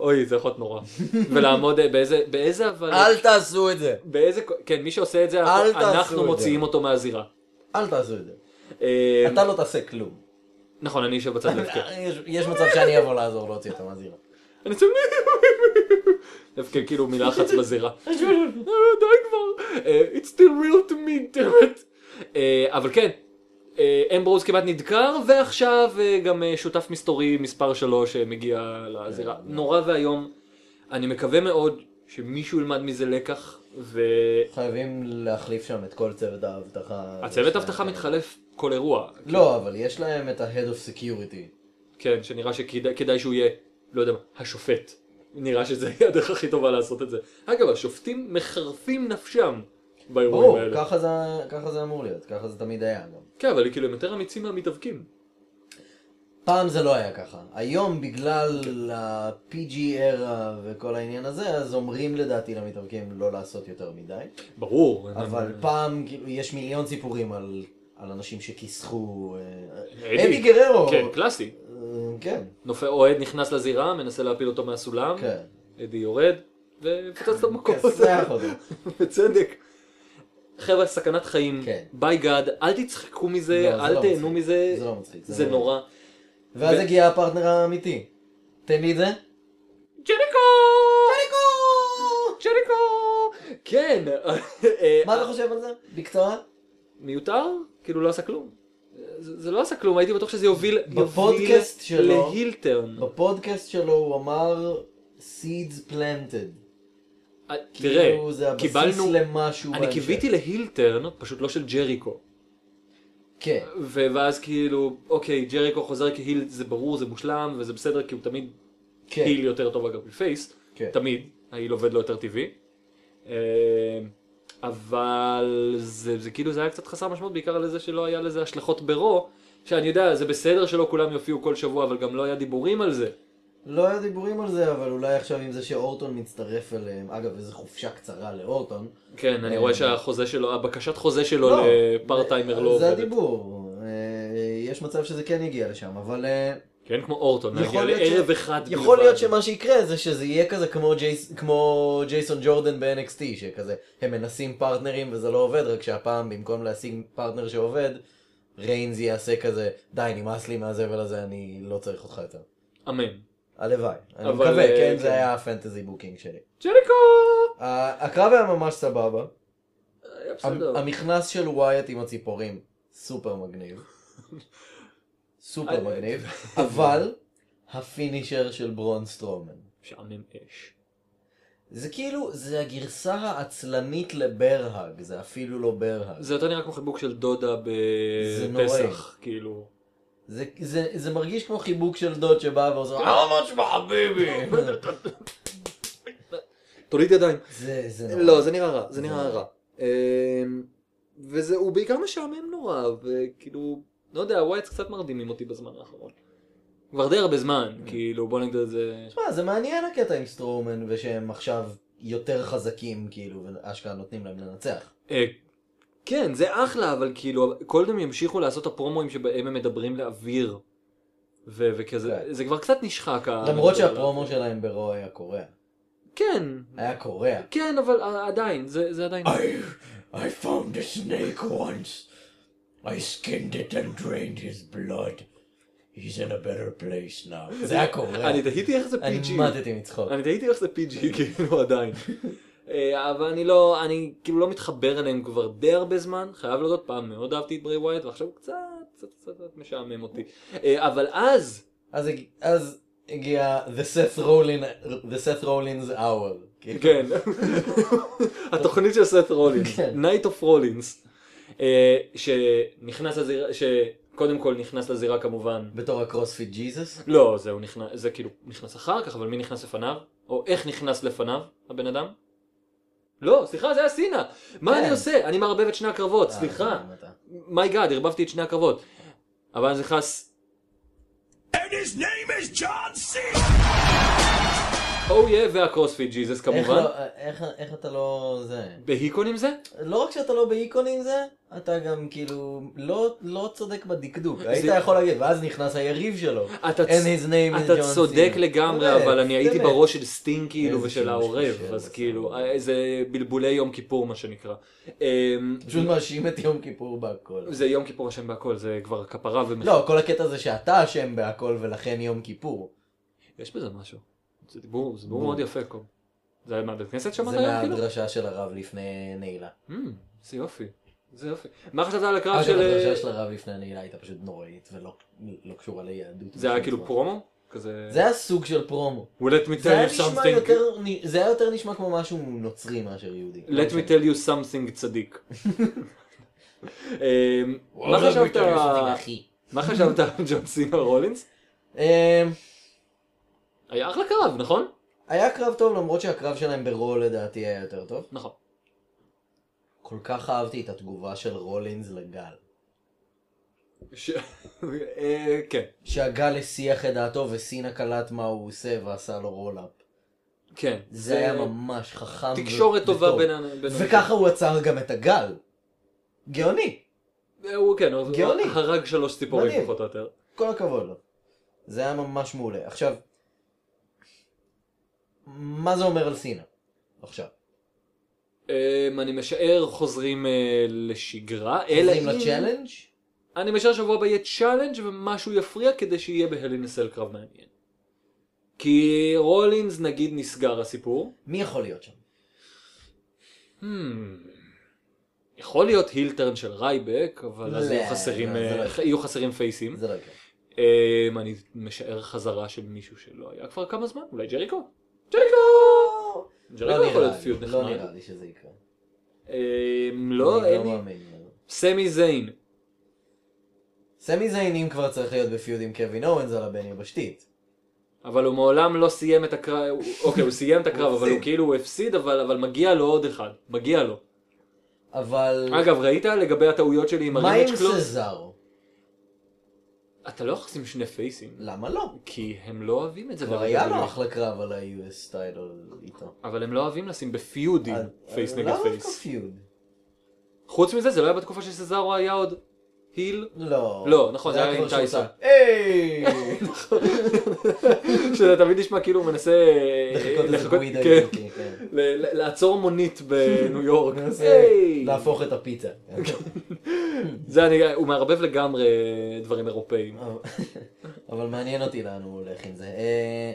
אוי, זה יכול להיות נורא. ולעמוד אה, באיזה, באיזה אבל...
אל תעשו את זה.
באיזה, כן, מי שעושה את זה,
אל תעשו את
אנחנו
זה.
מוציאים אותו מהזירה.
אל תעשו את זה.
אה,
אתה לא תעשה כלום.
נכון, אני אשב
[laughs]
בצד לבקר.
יש- יש מצב שאני אבוא לעזור להוציא אותה מהזירה.
אני עושה... דווקא כאילו מלחץ בזירה. אה, די כבר, אה, it's still real to me, damn it. אה, אבל כן, אה, אמברוז כמעט נדקר, ועכשיו אה, גם אה, שותף מסתורי מספר 3 מגיע לזירה. נורא ואיום. אני מקווה מאוד שמישהו ילמד מזה לקח, ו...
חייבים להחליף שם את כל צוות האבטחה.
הצוות
אה,
אבטחה מתחלף כל אירוע,
לא, אבל יש להם את ה-Head of Security.
כן, שנראה שכדאי שהוא יהיה, לא יודע מה, השופט. נראה שזה [laughs] יהיה הדרך הכי טובה לעשות את זה. אגב, השופטים מחרפים נפשם באירועים
ברור,
האלה.
ככה זה- ככה זה אמור להיות, ככה זה תמיד היה גם.
כן, אבל כאילו הם יותר אמיצים מהמתאבקים.
פעם זה לא היה ככה. היום בגלל ה-PG era וכל העניין הזה, אז אומרים לדעתי למתאבקים לא לעשות יותר מדי.
ברור.
אבל פעם, כאילו, יש מיליון סיפורים על, על אנשים שכיסחו...
אדי.
אה, אדי גררו!
כן, קלאסי.
אה, כן,
נופל אוהד נכנס לזירה, מנסה להפיל אותו מהסולם,
כן.
אדי יורד, ופוצץ לו במקום.
כסח אותו.
[laughs] בצדק. חבר'ה, סכנת חיים.
כן.
ביי גאד, אל תצחקו
לא,
מזה,
זה
אל
לא
תהנו
מצחיק.
מזה.
זה לא מצחיק.
זה נורא.
ואז
ו-
הגיע הפרטנר האמיתי. תן לי את זה.
ג'ריקו! ג'ריקו! ג'ריקו! כן. אה,
מה אתה חושב על זה? בקצרה?
מיותר? כאילו לא עשה כלום. זה זה לא עשה כלום, הייתי בטוח שזה יוביל
בפודקאסט
יוביל
שלו- לא,
להילטרן.
בפודקאסט שלו הוא אמר Seeds Planted.
אה, תראה,
כאילו זה הבסיס
קיבלנו...
למשהו
אני
בהמשך.
קיוויתי להילטרן, פשוט לא של ג'ריקו.
כן.
ו- ואז כאילו, אוקיי, ג'ריקו חוזר כהיל, זה ברור, זה מושלם, וזה בסדר, כי הוא תמיד
כן.
היל יותר טוב אגב מפייס,
כן.
תמיד, ההיל עובד לו יותר טבעי. אה, אבל זה, זה כאילו זה היה קצת חסר משמעות בעיקר על זה שלא היה לזה השלכות ברו, שאני יודע, זה בסדר שלא כולם יופיעו כל שבוע, אבל גם לא היה דיבורים על זה.
לא היה דיבורים על זה, אבל אולי עכשיו עם זה שאורטון מצטרף אליהם, אגב, איזו חופשה קצרה לאורטון.
כן, אני
אה,
רואה שהחוזה שלו, הבקשת חוזה שלו
לא,
לפארטיימר לא
זה
עובדת.
הדיבור. אה, יש מצב שזה כן יגיע לשם, אבל אה,
כן, כמו אורטון,
יכול
נגיע
להיות
לערב
ש-
אחד בלבד.
יכול להיות שמה שיקרה זה שזה יהיה כזה כמו ג'ייס- כמו ג'ייסון ג'ורדן ב-NXT, שכזה, הם מנסים פרטנרים וזה לא עובד, רק שהפעם במקום להשיג פרטנר שעובד, ריינז יעשה כזה, די, נמאס לי מהזבל הזה, אני לא צריך אותך יותר.
אמן.
הלוואי, אני
אבל,
מקווה,
אה,
כן,
כן.
זה היה הפנטזי בוקינג שלי.
ג'ריקו!
ה- הקרב היה ממש סבבה.
היה בסדר.
המ- המכנס של ווייט עם הציפורים, סופר
[laughs]
מגניב. סופר
אני-
מגניב,
אה,
אבל הפינישר של ברון סטרומן.
משעמם אש.
זה כאילו, זה הגרסה העצלנית לברהג, זה אפילו לא ברהג.
זה יותר נראה כמו חיבוק של דודה
זה נוראי.
בפסח, כאילו.
זה, זה, זה מרגיש כמו חיבוק של דוד שבא "אה, ועוזר, "How much my baby?"
תוליד ידיים.
זה, זה נורא.
לא, זה נראה רע, זה נראה רע. אמ, וזה, הוא בעיקר משעמם נורא, וכאילו, לא יודע, הווייטס קצת מרדימים אותי בזמן האחרון. כבר די הרבה זמן, כאילו, בוא נגיד את זה.
תשמע, זה מעניין הקטע עם סטרומן, ושהם עכשיו יותר חזקים, כאילו, ואשכרה נותנים להם לנצח.
אה, כן, זה אחלה, אבל כאילו, כל הם ימשיכו לעשות את הפרומואים שבהם הם מדברים לאוויר. ו- וכזה,
כן.
זה כבר קצת נשחק. ה-
למרות שהפרומו שלהם ברו היה קורע.
כן,
היה קורע.
כן, אבל אה, עדיין, זה זה עדיין.
אה,
I, I found a snake once. I skinned it and drained his blood. He's in a better place now.
זה היה קורע.
אה, אני תהיתי איך זה
אני
PG.
מתתי מצחוק.
אני תהיתי איך זה PG, [laughs] כאילו, עדיין. אה, אבל אני לא, אני כאילו לא מתחבר אליהם כבר די הרבה זמן, חייב להודות, פעם מאוד אהבתי את ברי ווייט, ועכשיו הוא קצת, קצת, קצת קצת משעמם אותי. אה, אבל אז,
אז הג- אז הגיע The Seth Rollin- The Seth Rollins Hour. כאילו.
כן, [laughs] התוכנית של סט רולינס,
כן.
Night of Rollins, אה, שנכנס לזירה, שקודם כל נכנס לזירה כמובן,
בתור הקרוספיט ג'יזוס?
לא, זה הוא נכנס, זה כאילו נכנס אחר כך, אבל מי נכנס לפניו? או איך נכנס לפניו הבן אדם? לא, סליחה, זה היה סינה. מה
כן. אה,
אני עושה? אני מערבב את שני הקרבות, סליחה. מיי גאד, ערבבתי את שני הקרבות. אבל אז נכנס,
And his name is John Cena!
או יא Oh והקרוספיט ג'יזוס
איך
כמובן.
לא- איך- איך אתה לא זה?
בהיקון עם זה?
לא רק שאתה לא באיקון עם זה, אתה גם כאילו לא- לא צודק בדקדוק. היית
זה-
יכול להגיד, ואז נכנס היריב שלו.
אתה
And
צ-
his name is
אתה
John
צודק
Cena.
לגמרי,
באמת,
אבל אני הייתי
באמת.
בראש של סטינג כאילו
איזה
ושל
שימוש
העורב,
קשה,
אז
בסדר.
כאילו, אה, איזה בלבולי יום כיפור מה שנקרא. אמ,
פשוט מאשים את יום כיפור בהכל.
זה יום כיפור אשם בהכל, זה כבר כפרה ומחיר.
לא, כל הקטע זה שאתה אשם בהכל ולכן יום כיפור.
יש בזה משהו. זה דיבור, זה דיבור מאוד יפה, קום. זה היה מהבית כנסת שמעת
זה אה.
היום? כאילו?
מהדרשה של הרב לפני נעילה.
אמ, זה יופי. זה יופי. מה חשבת על הקרב
אגב,
אה, של...
הדרשה של הרב לפני הנעילה הייתה פשוט נוראית ולא לא קשורה ליהדות.
זה היה
בשום
כאילו
צורה.
פרומו? כזה...
זה היה סוג של פרומו.
Well, let me
זה היה
tell you
נשמע
something.
יותר, זה היה יותר נשמע כמו משהו נוצרי מאשר יהודי.
let me tell you something
[laughs]
צדיק. אמ, מה
Well, let me
חשבת
tell you
על-
אחי.
מה חשבת על ג'ון סינה רולינס?
אמ,
היה אחלה קרב, נכון?
היה קרב טוב למרות שהקרב שלהם ברו לדעתי היה יותר טוב. [laughs]
נכון.
כל כך אהבתי את התגובה של רולינס לגל.
ש- אה, כן,
שהגל הסיח את דעתו וסינה קלט מה הוא עושה ועשה לו רולאפ.
כן.
זה היה ממש חכם ו-
תקשורת טובה
וטוב.
בין ה- בין ה-
וככה הוא עצר גם את הגל. גאוני.
אה, הוא כן, הוא
גאוני.
הרג שלוש ציפורים
מדהים.
פחות או יותר.
כל הכבוד לו. זה היה ממש מעולה. עכשיו, מה זה אומר על סינה? עכשיו,
אמ, אני משער חוזרים אה, לשגרה, אלא
חוזרים
אם...
לצ'אלנג'?
אני משער שבוע הבא יהיה צ'אלנג' ומשהו יפריע כדי שיהיה בהלינסל קרב מעניין. כי רולינס נגיד נסגר הסיפור.
מי יכול להיות שם?
Hmm. יכול להיות הילטרן של רייבק, אבל אז
לא,
יהיו חסרים,
לא, זה
אה,
לא יקרה.
יהיו חסרים פייסים.
זה לא יקרה.
אמ, אני משער חזרה של מישהו שלא היה כבר כמה זמן, אולי ג'ריקו? ג'ריקו!
לא
ג'ריקו יכול להיות
נראה לי,
פיוד
לא
נחמד.
נראה לי שזה יקרה.
אמ, לא,
אני
אין לי...
מאמין לזה.
סמי זיין.
סמי זיין אם כבר צריך להיות בפיוד עם קווין אורנס על הבן יבשתית.
אבל הוא מעולם לא סיים את הקרב, הוא- אוקיי, הוא סיים את הקרב, אבל הוא
הפסיד.
כאילו הוא הפסיד, אבל אבל מגיע לו עוד אחד. מגיע לו.
אבל
אגב, ראית לגבי הטעויות שלי עם
מה עם
הרימג' קלוז?
סזארו?
אתה לא יכול לשים שני פייסים,
למה לא?
כי הם לא אוהבים את זה.
כבר
ב-
היה
WWE.
לו אחלה קרב על ה-US טיידל איתו.
אבל הם לא אוהבים לשים בפיודים
אז-
פייס
אז
נגד
למה לא דווקא
פייס.
פיוד?
חוץ מזה, זה לא היה בתקופה שסזארו היה עוד היל.
לא.
לא, נכון, זה היה
כבר
עם
שהוא
טייסון.
עשה,
[laughs]
היי!
[laughs] שזה תמיד נשמע כאילו הוא מנסה... אה,
לחכות איזה
לחכות-
גווידו
כן.
איטלקי, כן.
ל- ל- לעצור מונית
[laughs]
בניו יורק.
מנסה
היי!
להפוך את
[laughs]
הפיתה.
זה אני, הוא מערבב לגמרי דברים אירופאיים.
אבל מעניין אותי לאן הוא הולך עם זה. אה,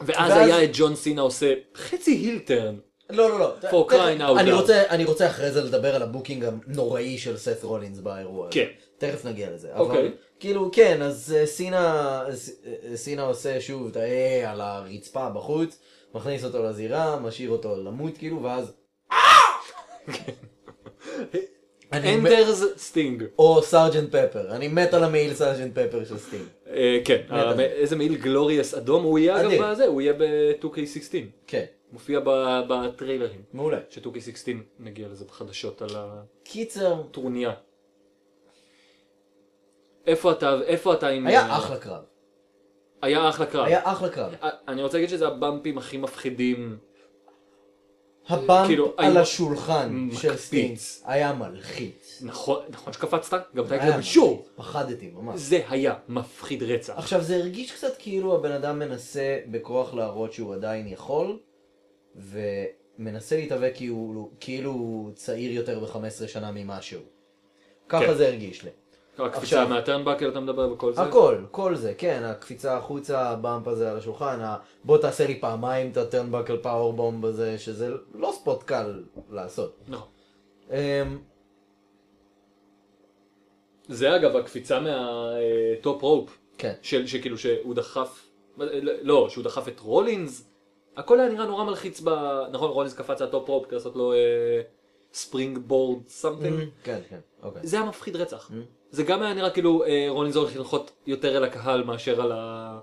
ואז
ואז-
היה את ג'ון סינה עושה חצי הילטרן.
לא, לא, לא.
For crying out
אני
loud.
רוצה- אני רוצה אחרי זה לדבר על הבוקינג הנוראי של סת רולינס באירוע הזה.
כן.
תכף נגיע לזה.
אוקיי.
אבל כאילו, כן, אז אה, סינה ס- אה, סינה עושה שוב את ה-אה על הרצפה בחוץ, מכניס אותו לזירה, משאיר אותו למות
[laughs]
כאילו, ואז... אני מת-
אנדרס סטינג.
או סארג'נט פפר, אני מת על המעיל סארג'נט פפר של סטינג.
אה, כן,
מת על זה.
איזה מעיל גלוריאס אדום. הוא יהיה אגב
אדיר.
בזה, הוא יהיה ב-2K16.
כן,
מופיע ב- בטריילרים.
מעולה.
ש-2K16 נגיע לזה בחדשות על
קיצר,
הטרוניה. איפה אתה, איפה אתה עם... אה,
היה אחלה קרב.
היה אחלה קרב.
היה אחלה קרב.
אה, אני רוצה להגיד שזה הבמפים הכי מפחידים. כאילו,
הבאמפ על
היינו-
השולחן של
מקפיץ.
סטינגס היה מלחיץ.
נכון, נכון שקפצת? גם אתה
היה
היית בשור.
מלחיץ, פחדתי ממש.
זה היה מפחיד רצח.
עכשיו זה הרגיש קצת כאילו הבן אדם מנסה בכוח להראות שהוא עדיין יכול, ומנסה להתאבק כאילו, כאילו הוא צעיר יותר ב-15 שנה ממשהו. ככה
כן.
זה הרגיש לי.
הקפיצה
עכשיו-
מהטרנבקל אתה מדבר וכל זה?
הכל, כל זה, כן, הקפיצה החוצה, הבאמפ הזה על השולחן, ה... בוא תעשה לי פעמיים את הטרנבקל פאורבום הזה, שזה לא ספוט קל לעשות.
נכון.
אמ,
זה אגב הקפיצה מהטופ רופ,
כן.
של שכאילו שהוא דחף, לא, שהוא דחף את רולינס, הכל היה נראה נורא מלחיץ ב... נכון, רולינס קפץ על הטופ רופ כדי לעשות לו אה, ספרינג בורד סמטינג.
כן, כן, אוקיי.
זה היה מפחיד רצח.
Mm.
זה גם היה נראה כאילו אה, רולינס הולך לנחות יותר אל הקהל מאשר על ה...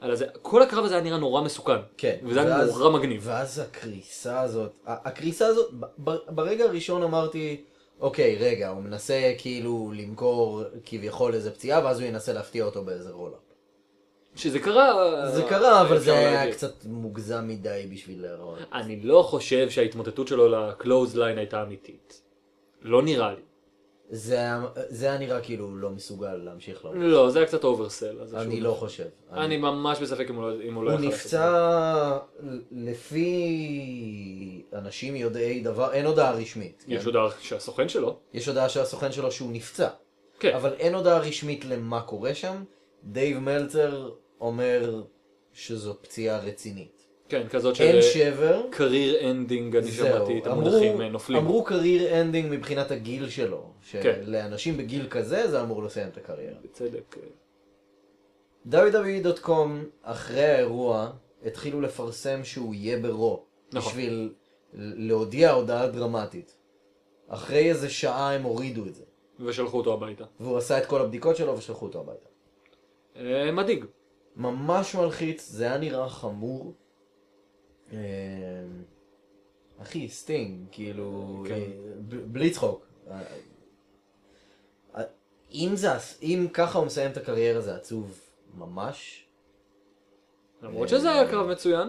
על הזה. כל הקרב הזה היה נראה נורא מסוכן.
כן.
וזה היה
ואז-
נורא מגניב.
ואז הקריסה הזאת, ה- הקריסה הזאת, ב- ב- ברגע הראשון אמרתי, אוקיי, רגע, הוא מנסה כאילו למכור כביכול איזה פציעה, ואז הוא ינסה להפתיע אותו באיזה רולאפ.
שזה קרה...
זה קרה, אבל זה
אה, אפשר
היה
להגיד.
קצת מוגזם מדי בשביל להראות.
אני לא חושב שההתמוטטות שלו לקלוז ליין הייתה אמיתית. לא נראה לי.
זה היה- זה היה נראה כאילו הוא לא מסוגל להמשיך לעבוד.
לא, זה היה קצת אוברסל. אז
אני
שוב.
לא חושב.
אני ממש בספק אם הוא לא- אם הוא לא
הוא
יכל לעשות
נפצע
את
לפי אנשים יודעי דבר, אין הודעה רשמית.
זה. יש הודעה שהסוכן שלו.
יש הודעה של הסוכן שלו שהוא נפצע.
כן.
אבל אין הודעה רשמית למה קורה שם. דייב מלצר אומר שזו פציעה רצינית.
כן, כזאת של
אין שבר.
קרייר אנדינג, אני שמעתי את
אמרו-
המונחים אה, נופלים. כן.
אמרו קרייר אנדינג מבחינת הגיל שלו. שלאנשים בגיל כזה זה אמור לסיים את הקריירה.
בצדק. אה,
WWE.com אחרי האירוע התחילו לפרסם שהוא יהיה ברו.
נכון.
בשביל להודיע הודעה דרמטית. אחרי איזה שעה הם הורידו את זה.
ושלחו אותו הביתה.
והוא עשה את כל הבדיקות שלו ושלחו אותו הביתה.
אה, מדאיג.
ממש מלחיץ, זה היה נראה חמור. אה, אחי, סטינג, כאילו,
כן.
אה, ב- בלי צחוק. אה, אה, אם זה, הס- אם ככה הוא מסיים את הקריירה זה עצוב ממש.
למרות שזה היה קרב מצוין.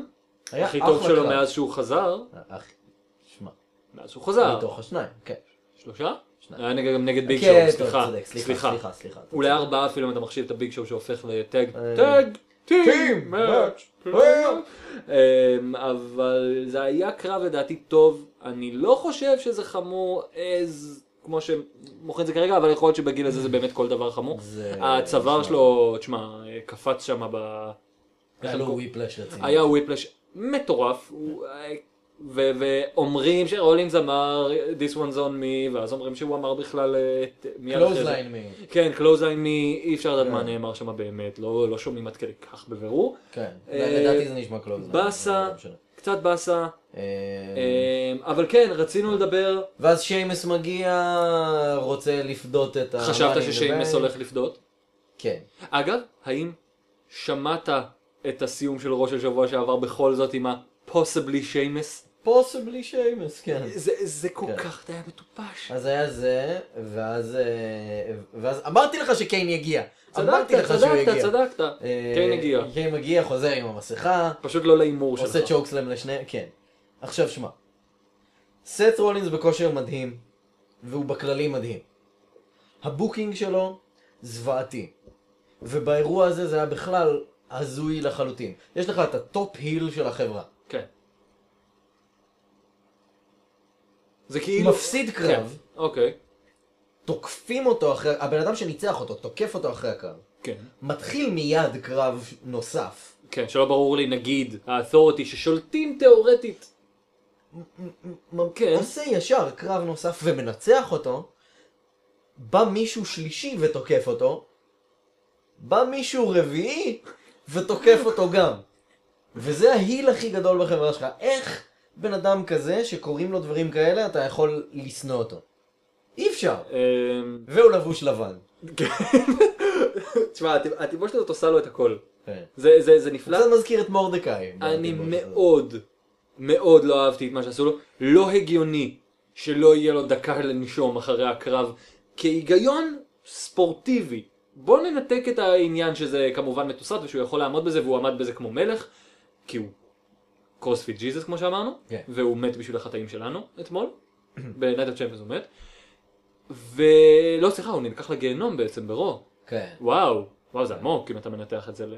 אה, היה
הכי טוב
אחלה
שלו
קרב.
מאז שהוא חזר.
אה, אח- שמע,
מאז שהוא חזר.
מתוך השניים, כן.
שלושה?
שניים.
היה נגד- גם נגד ביג
כן,
שואו,
טוב,
סליחה.
צודק, סליחה,
סליחה.
סליחה, סליחה. אתה
אולי
צודק.
ארבעה אפילו אם אתה מחשיב את הביג שואו שהופך לטאג.
אה,
טאג!
טים,
טים!
מאץ'.
אמ, אבל זה היה קרב לדעתי טוב, אני לא חושב שזה חמור אז כמו שמוכרים את זה כרגע, אבל יכול להיות שבגיל הזה זה באמת כל דבר חמור.
זה-
הצוואר
שמע.
שלו, תשמע, קפץ שם ב...
היה
לא-
לו וויפלש רציני.
היה וויפלש מטורף, הוא- ו- ואומרים שרולינס אמר This one's on me, ואז אומרים שהוא אמר בכלל אה, את- מיד אחרי זה.
קלוזליין מ...
כן, קלוזליין מי, אי אפשר לדעת מה
כן.
נאמר שם באמת, לא לא שומעים עד כדי כך בבירור.
כן,
אה,
לדעתי זה נשמע קלוזליין.
באסה.
לא משנה.
קצת באסה,
אה,
אמ, אבל כן, אה, רצינו לדבר,
ואז שיימס מגיע, רוצה לפדות את ה...
חשבת
money in the
ששיימס
bank.
הולך לפדות.
כן.
אגב, האם שמעת את הסיום של ראש השבוע שעבר בכל זאת עם ה-possibly שיימס?
פוסבלי שיימס, כן.
זה זה כל
כן.
כך, זה היה מטופש.
אז היה זה, ואז... אה, ואז אמרתי לך שקיין יגיע. אמרתי
צדקת,
לך שהוא
צדקת,
יגיע.
צדקת.
אה,
כן הגיע.
קיין מגיע, חוזר עם המסכה,
פשוט לא להימור שלך.
עושה צ'וקסלאם לשניהם, כן. עכשיו שמע. סט רולינס בכושר מדהים, והוא בכללי מדהים. הבוקינג שלו זוועתי. ובאירוע הזה זה היה בכלל הזוי לחלוטין. יש לך את הטופ היל של החברה.
כן. זה כאילו...
מפסיד קרב,
כן, אוקיי.
תוקפים אותו אחרי, הבן אדם שניצח אותו, תוקף אותו אחרי הקרב.
כן.
מתחיל מיד קרב נוסף.
כן, שלא ברור לי, נגיד, האתורטי ששולטים תיאורטית.
מ-
כן.
עושה ישר קרב נוסף ומנצח אותו, בא מישהו שלישי ותוקף אותו, בא מישהו רביעי ותוקף אותו גם. וזה ההיל הכי גדול בחברה שלך. איך בן אדם כזה, שקוראים לו דברים כאלה, אתה יכול לשנוא אותו? אי אפשר.
אמ,
והוא לבוש לבן.
תשמע, הת- התלבושת הזאת עושה לו את הכל.
כן.
זה- זה זה נפלא.
קצת מזכיר את מורדכאי.
לא. אני
בוא,
מאוד, מאוד לא אהבתי את מה שעשו לו. לא הגיוני שלא יהיה לו דקה לנשום אחרי הקרב. כהיגיון ספורטיבי. בוא ננתק את העניין שזה כמובן מתוסרט ושהוא יכול לעמוד בזה והוא עמד בזה כמו מלך. כי הוא קרוספיט ג'יזוס כמו שאמרנו.
כן.
והוא מת בשביל החטאים שלנו אתמול. בנייט אוף צ'מפיונס הוא מת. ולא סליחה, הוא נלקח לגיהנום בעצם ברו.
כן.
וואו, וואו זה עמוק אם אתה מנתח את זה ל-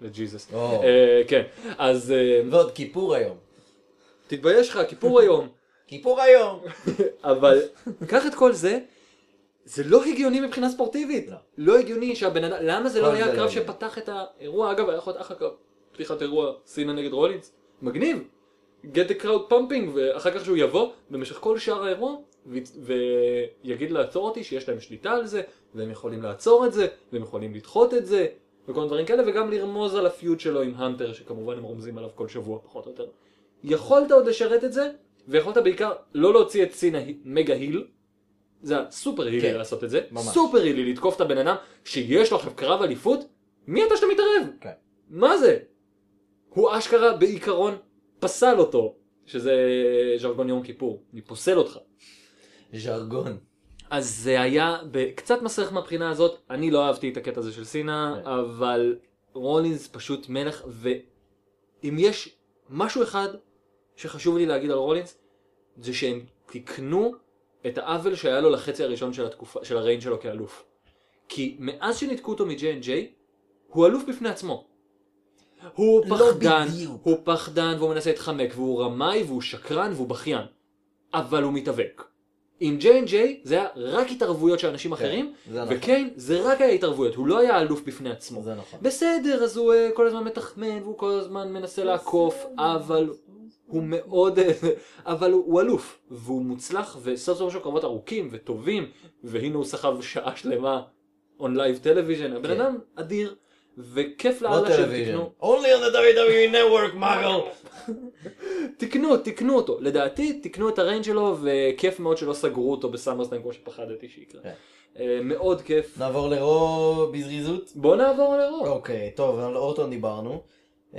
לג'יזוס.
Mm. או.
אה, כן, אז אה,
ועוד כיפור היום.
תתבייש לך, כיפור היום.
כיפור היום!
אבל קח את כל זה, זה לא הגיוני מבחינה ספורטיבית.
לא.
לא הגיוני שהבן אדם, למה זה לא
כל
היה
זה לא
הקרב
הגיוני.
שפתח את האירוע? אגב, היה יכול להיות אחלה קרב, פתיחת אירוע סינה נגד רולינס. מגניב. get the crowd pumping, ואחר כך שהוא יבוא במשך כל שאר האירוע, ו- ויגיד לעצור אותי שיש להם שליטה על זה, והם יכולים לעצור את זה, והם יכולים לדחות את זה, וכל מיני דברים כאלה, וגם לרמוז על הפיוד שלו עם האנטר, שכמובן הם רומזים עליו כל שבוע פחות או יותר. יכולת עוד לשרת את זה, ויכולת בעיקר לא להוציא את סינה מגה היל, זה היה סופר הילי
כן,
לעשות את זה,
ממש.
סופר הילי לתקוף את הבן אדם שיש לו עכשיו קרב אליפות, מי אתה שאתה מתערב?
כן.
מה זה? הוא אשכרה בעיקרון פסל אותו, שזה ז'רגון יום כיפור, אני פוסל אותך.
ז'רגון.
אז זה היה ב- קצת מסריח מהבחינה הזאת, אני לא אהבתי את הקטע הזה של סינה,
כן.
אבל רולינס פשוט מלך, ואם יש משהו אחד שחשוב לי להגיד על רולינס, זה שהם תיקנו את העוול שהיה לו לחצי הראשון של, התקופה, של הריין שלו כאלוף. כי מאז שניתקו אותו מ-J&J, הוא אלוף בפני עצמו. הוא
לא
פחדן,
בדיוק.
הוא פחדן והוא מנסה להתחמק, והוא רמאי והוא שקרן והוא בכיין. אבל הוא מתאבק. עם J&J זה היה רק התערבויות של אנשים אחרים,
זה נכון.
וקיין זה רק היה התערבויות, הוא לא היה אלוף בפני עצמו.
זה נכון.
בסדר, אז הוא אה, כל הזמן מתחמן, והוא כל הזמן מנסה לעקוף, אבל הוא מאוד... [laughs] אה, אבל הוא, הוא אלוף, והוא מוצלח, וסוף סוף יש לו קרבות ארוכים וטובים, והנה הוא סחב שעה שלמה און לייב טלוויז'ן, הבן
כן.
אדם אדיר, וכיף
לא
לאללה
טלוויזיון.
שתקנו,
Only on the
E
WWE Network, Muggle!
תקנו, תקנו אותו, לדעתי תקנו את הריינג שלו, וכיף מאוד שלא סגרו אותו בסאמרסטיים כמו שפחדתי שיקרה.
כן.
אה, מאוד כיף.
נעבור לרו בזריזות.
בוא נעבור לרוב.
אוקיי, טוב, על אורטון דיברנו. אמ,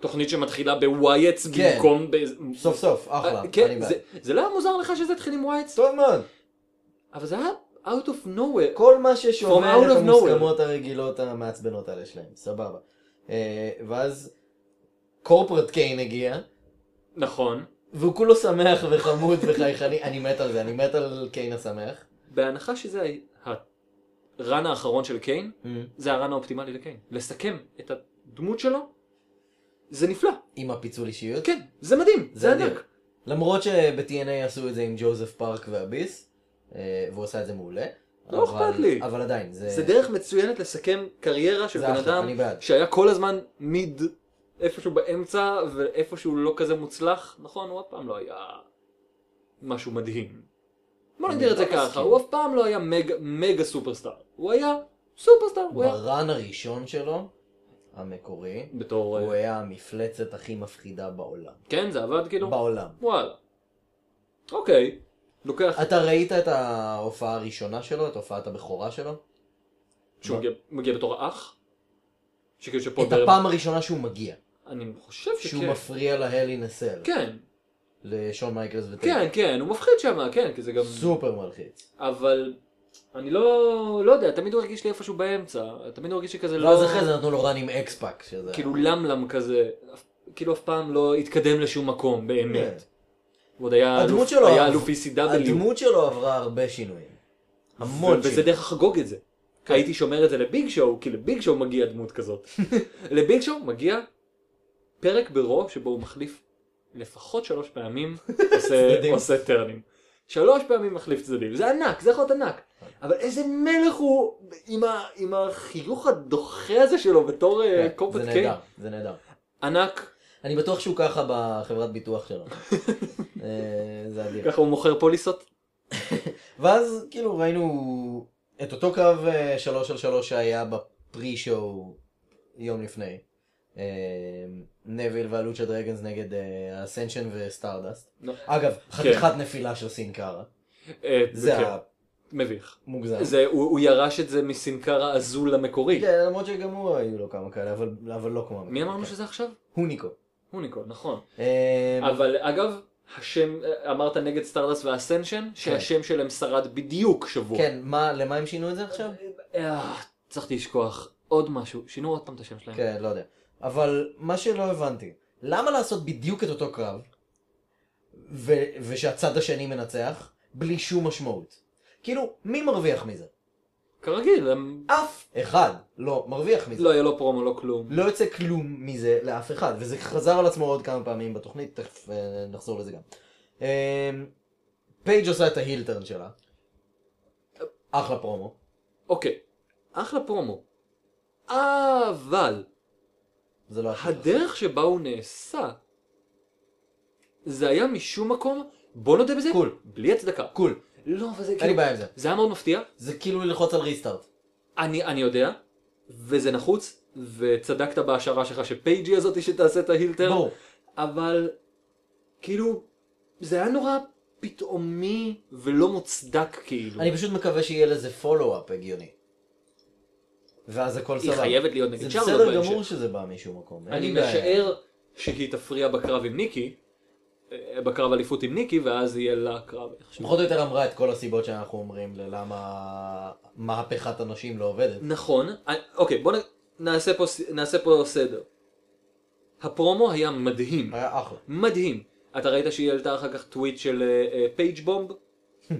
תוכנית שמתחילה בווייטס
כן.
במקום ב...
סוף סוף, אחלה.
אה, כן,
אני בעד.
זה- זה לא היה מוזר לך שזה התחיל עם ווייטס?
טוב מאוד.
אבל זה היה out of nowhere.
כל מה
From
ששומע
out
את
of
המוסכמות הרגילות המעצבנות האלה שלהם, סבבה. אה, ואז קורפרט קיין הגיע,
נכון.
והוא כולו שמח וחמוד וחייכני, אני מת על זה, אני מת על קיין השמח.
בהנחה שזה ה- הרן האחרון של קיין, זה הרן האופטימלי לקיין. לסכם את הדמות שלו, זה נפלא.
עם הפיצול אישיות.
כן, זה מדהים,
זה
זה
אדיר.
ענק.
למרות שב-TNA עשו את זה עם ג'וזף פארק והביס, אה, והוא עשה את זה מעולה.
לא
אבל-
אכפת לי.
אבל עדיין, זה...
זה דרך מצוינת לסכם קריירה של
זה
בן
אחלה,
אדם
אני בעד.
שהיה כל הזמן מיד איפשהו באמצע ואיפשהו לא כזה מוצלח. נכון, הוא אף פעם לא היה משהו מדהים. בוא נגדיר את זה ככה, הוא אף פעם לא היה מגה- מגה סופרסטאר. הוא היה סופרסטאר, הוא היה...
ברן הראשון שלו, המקורי,
בתור...
הוא
אה,
היה המפלצת הכי מפחידה בעולם.
כן, זה עבד כאילו?
בעולם.
וואלה. אוקיי. לוקח...
אתה ראית את ההופעה הראשונה שלו, את הופעת הבכורה שלו?
שהוא מגיע- מגיע בתור האח? שכאילו שפה...
את
דרם-
הפעם הראשונה שהוא מגיע,
אני חושב
שהוא
שכן.
מפריע להלי נסל,
כן,
לשון מייקלס וטייק.
כן, כן, הוא מפחיד שם, כן, כי זה גם...
סופר מלחיץ.
אבל אני לא, לא יודע, תמיד הוא הרגיש לי איפשהו באמצע, תמיד הוא הרגיש לי כזה לא,
ואז אחרי זה נתנו לו רן עם אקספאק, שזה...
כאילו למלם כזה, אף- כאילו אף פעם לא התקדם לשום מקום
כן.
באמת. הוא עוד היה
הדמות
אלוף,
שלו-
היה אלוף ECW,
הדמות שלו עברה הרבה שינויים. המון
ו- וזה
שינויים. כן.
דרך לחגוג את זה. הייתי שומר את זה לביג שואו, כי לביג שואו מגיע דמות
[laughs]
כזאת. לביג שואו מגיע פרק ברו שבו הוא מחליף לפחות שלוש
[laughs]
פעמים, עושה-
צדדים.
עושה טרנים. שלוש פעמים מחליף צדדים, זה ענק, זה יכול להיות ענק. אבל איזה מלך הוא עם, ה, עם החיוך הדוחה הזה שלו בתור אה,
כן,
קורפט
זה
קיין.
נהדר, זה נהדר.
ענק,
אני בטוח שהוא ככה בחברת
[laughs]
ביטוח שלו. אה, זה אדיר.
ככה הוא מוכר פוליסות.
ואז כאילו ראינו את אותו קרב אה, שלוש על שלוש שהיה בפרי שואו יום לפני. אה, נביל והלוצ'ה דרגנס נגד אה, אסנשן וסטארדסט.
לא.
אגב, חתיכת נפילה של סינקארה.
אה,
זה
כן, מביך.
המוגזם.
זה, הוא, הוא ירש את זה מסינקרה הזול המקורי.
כן, למרות שגם הוא היו לו כמה כאלה, אבל אבל לא כמו...
מי אמרנו שזה עכשיו?
הוניקו.
הוניקו, נכון.
אה,
אבל אגב, השם, אה, אמרת נגד סטארדס ואסנשן, שהשם שלהם שרד בדיוק שבוע.
כן, מה, למה הם שינו את זה עכשיו?
אה, צריך לשכוח עוד משהו, שינו עוד פעם את השם שלהם.
כן, לא יודע. אבל מה שלא הבנתי, למה לעשות בדיוק את אותו קרב, ו- ושהצד השני מנצח, בלי שום משמעות? כאילו, מי מרוויח מזה?
כרגיל, הם...
אף אחד לא מרוויח מזה.
לא היה לו פרומו, לא כלום.
לא יוצא כלום מזה לאף אחד, וזה חזר על עצמו עוד כמה פעמים בתוכנית, תכף אה, נחזור לזה גם. אה, פייג' עושה את ההילטרן שלה. אחלה פרומו.
אוקיי, אחלה פרומו. אבל
זה לא...
הדרך שבה הוא נעשה, זה היה משום מקום, בוא נודה בזה,
קול.
בלי הצדקה.
קול.
לא, אבל זה
אין לי
כאילו,
בעיה עם זה.
זה היה מאוד מפתיע,
זה כאילו ללחוץ על ריסטארט.
אני, אני יודע, וזה נחוץ, וצדקת בהשערה שלך שפייג'י הזאתי שתעשה את ההילטר,
ברור.
אבל כאילו, זה היה נורא פתאומי ולא מוצדק כאילו.
אני פשוט מקווה שיהיה לזה פולו-אפ הגיוני. ואז הכל
היא
סבבה.
חייבת להיות
זה
נגד שרלוט
בסדר גמור שזה בא משום מקום. אין
אני
לי בעיה.
משער שהיא תפריע בקרב עם ניקי, אה, בקרב אליפות עם ניקי, ואז יהיה לה קרב איכשהו.
פחות או יותר אמרה את כל הסיבות שאנחנו אומרים ללמה מהפכת הנשים לא עובדת.
נכון, אה, אוקיי, בוא נ- נעשה פה ס- נעשה פה סדר. הפרומו היה מדהים,
היה אחלה.
מדהים. אתה ראית שהיא העלתה אחר כך טוויט של אה, אה, פייג' בומב,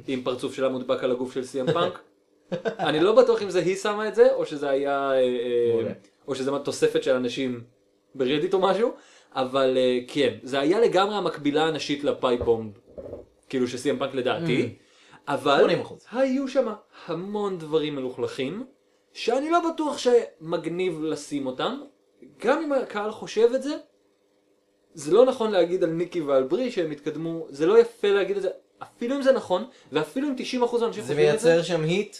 עם פרצוף שלה מודבק על הגוף של סי.אם פאנק? אני לא בטוח אם זה היא שמה את זה, או שזה היה... אה, אה,
מעולה.
או שזה תוספת של אנשים ברדיט או משהו, אבל אה, כן, זה היה לגמרי המקבילה הנשית לפייפ בומב, כאילו שסי.אם פאנק לדעתי, אבל
80%.
היו שם המון דברים מלוכלכים, שאני לא בטוח שמגניב לשים אותם. גם אם הקהל חושב את זה, זה לא נכון להגיד על ניקי ועל ברי שהם התקדמו, זה לא יפה להגיד את זה, אפילו אם זה נכון, ואפילו אם 90% מהאנשים חושבים את זה.
זה מייצר שם היט,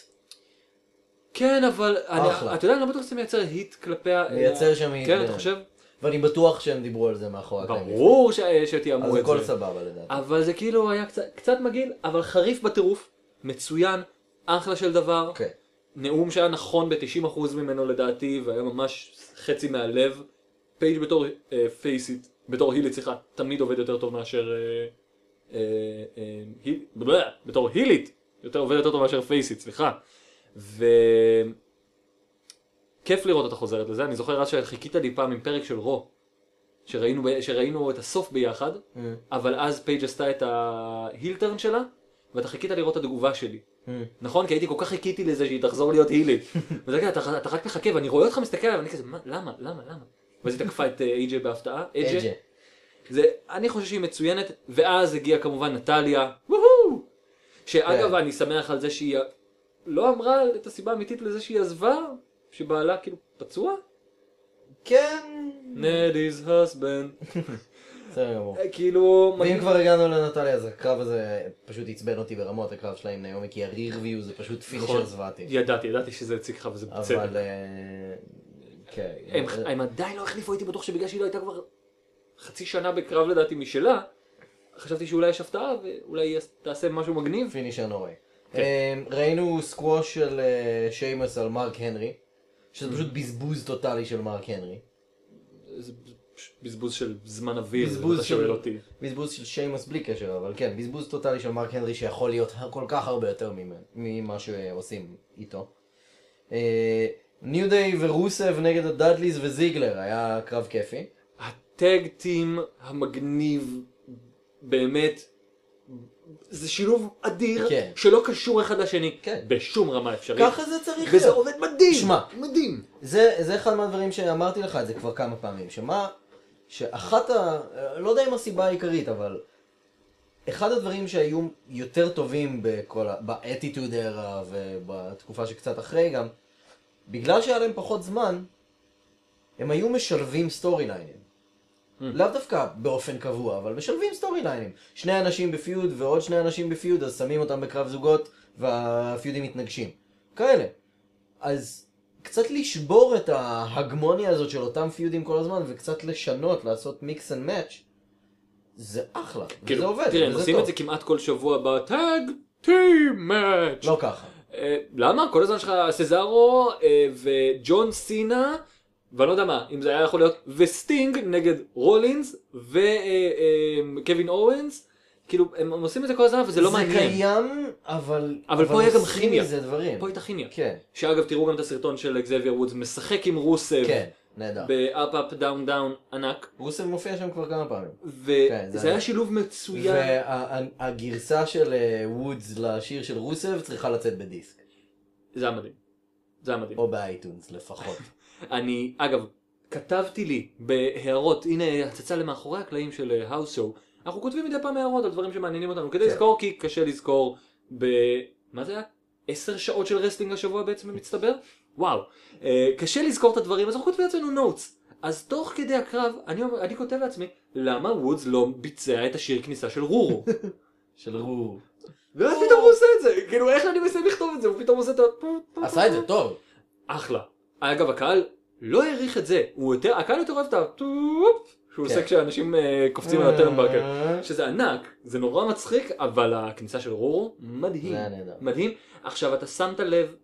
כן, אבל
אחלה.
אני, אתה יודע, אני לא בטוח שזה מייצר היט כלפי ה...
מייצר שם היט,
כן, אתה
כן.
חושב?
ואני בטוח שהם דיברו על זה מאחורי הקלעים.
ברור ש- שתיאמו את
אז
זה.
הכל סבבה לדעתי.
אבל זה כאילו היה קצת, קצת מגעיל, אבל חריף בטירוף, מצוין, אחלה של דבר.
אוקיי.
נאום שהיה נכון ב-90% ממנו לדעתי, והיה ממש חצי מהלב. פייג' בתור פייסיט, בתור הילי, סליחה, תמיד עובד יותר טוב מאשר... אה, אה, אה, היל- בלה, בתור הילית, יותר עובד יותר טוב מאשר פייסיט, סליחה. ו... כיף לראות אותה חוזרת לזה, אני זוכר אז שחיכית לי פעם עם פרק של רו, שראינו, ב- שראינו את הסוף ביחד, אבל אז פייג' עשתה את ההילטרן שלה, ואתה חיכית לראות את התגובה שלי. נכון? כי הייתי כל כך חיכיתי לזה שהיא תחזור להיות הילית. ואתה יודע, אתה אתה רק מחכה, ואני רואה אותך מסתכל עליו, ואני כזה, "מה, למה, למה, למה? ואז היא תקפה את אייג'ה בהפתעה. אייג'ה.
אג'ה.
זה, אני חושב שהיא מצוינת, ואז הגיעה כמובן נטליה, וואו! שאגב,
כן.
אני שמח על זה שהיא לא אמרה את הסיבה האמיתית לזה שהיא עזבה, שבעלה כאילו פצוע?
כן.
נדי's husband.
בסדר גמור.
כאילו,
ואם
מגניב.
כבר הגענו לנטליה, אז הקרב הזה פשוט עצבן אותי ברמות הקרב שלה עם נעמי, כי הרירוויו זה פשוט
נכון.
פינישר זוועתי.
ידעתי, ידעתי שזה הציג לך וזה בצדק.
אבל... אה, כן.
הם, הם עדיין לא החליפו, הייתי בטוח שבגלל שהיא לא הייתה כבר חצי שנה בקרב לדעתי משלה, חשבתי שאולי יש הפתעה ואולי היא תעשה משהו מגניב.
פינישר נוראי. אה, ראינו סקווש של אה, שיימס על מרק הנרי, שזה פשוט בזבוז טוטאלי של מרק הנרי.
זה פשוט בזבוז של זמן אוויר,
בזבוז
אם אתה שואל
של-
אותי.
בזבוז של שיימס בלי קשר, אבל כן, בזבוז טוטאלי של מרק הנרי שיכול להיות כל כך הרבה יותר ממנו- ממה שעושים איתו. ניו דיי ורוסב נגד הדאדליז וזיגלר, היה קרב כיפי.
הטאג טים המגניב באמת, זה שילוב אדיר
כן.
שלא קשור אחד לשני
כן.
בשום רמה אפשרית.
ככה זה צריך
וזה
להיות.
עובד מדהים,
שמע.
מדהים.
זה, זה אחד מהדברים שאמרתי לך את זה כבר כמה פעמים, שמה, שאחת ה... לא יודע אם הסיבה העיקרית, אבל אחד הדברים שהיו יותר טובים בכל ה... באטיטוד era ובתקופה שקצת אחרי גם, בגלל שהיה להם פחות זמן, הם היו משלבים סטורי ליינים.
Hmm.
לאו דווקא באופן קבוע, אבל משלבים סטורי ליינים. שני אנשים בפיוד ועוד שני אנשים בפיוד, אז שמים אותם בקרב זוגות והפיודים מתנגשים. כאלה. אז קצת לשבור את ההגמוניה הזאת של אותם פיודים כל הזמן, וקצת לשנות, לעשות מיקס אנד מאץ', זה אחלה.
כאילו,
זה עובד,
תראה, הם
וזה
עושים
טוב.
את זה כמעט כל שבוע בטאג טים מאץ'.
לא ככה.
אה, למה? כל הזמן שלך סזארו אה, וג'ון סינה, ואני לא יודע מה, אם זה היה יכול להיות, וסטינג נגד רולינס וקווין אורנס, כאילו הם הם עושים את זה כל הזמן וזה לא מעניין.
זה קיים, אבל...
אבל פה היה גם
עושים
כימיה.
מזה דברים.
פה הייתה כימיה.
כן,
שאגב, תראו גם את הסרטון של אקזבייר וודס משחק עם רוסב,
כן, נהדר.
באפ אפ דאון דאון ענק,
רוסב מופיע שם כבר כמה פעמים. כן, זה
וזה
היה.
היה שילוב מצוין.
והגרסה של אה, וודס לשיר של רוסב צריכה לצאת בדיסק.
זה היה מדהים. זה היה מדהים.
או באייטונס לפחות.
אני, אגב, כתבתי לי בהערות, הנה הצצה למאחורי הקלעים של האוס שואו, אנחנו כותבים מדי פעם הערות על דברים שמעניינים אותנו כדי
כן.
לזכור, כי קשה לזכור ב... מה זה היה? עשר שעות של רסטינג השבוע בעצם במצטבר? וואו. אה, קשה לזכור את הדברים, אז אנחנו כותבים לעצמנו נוטס. אז תוך כדי הקרב, אני, אומר- אני כותב לעצמי, למה וודס לא ביצע את השיר כניסה של
[laughs]
רורו?
[laughs] של רו.
ואז פתאום הוא עושה את זה, כאילו איך אני מסיים לכתוב את זה, הוא פתאום עושה את ה...
עשה את זה טוב.
אחלה. אגב, הקהל לא העריך את זה, הוא יותר, הקהל יותר אוהב את הטופ שהוא
כן.
עושה כשאנשים אה, קופצים על הטרנברקר. שזה ענק, זה נורא מצחיק, אבל הכניסה של רורו, מדהים.
זה היה נהדר.
מדהים. עכשיו, אתה שמת לב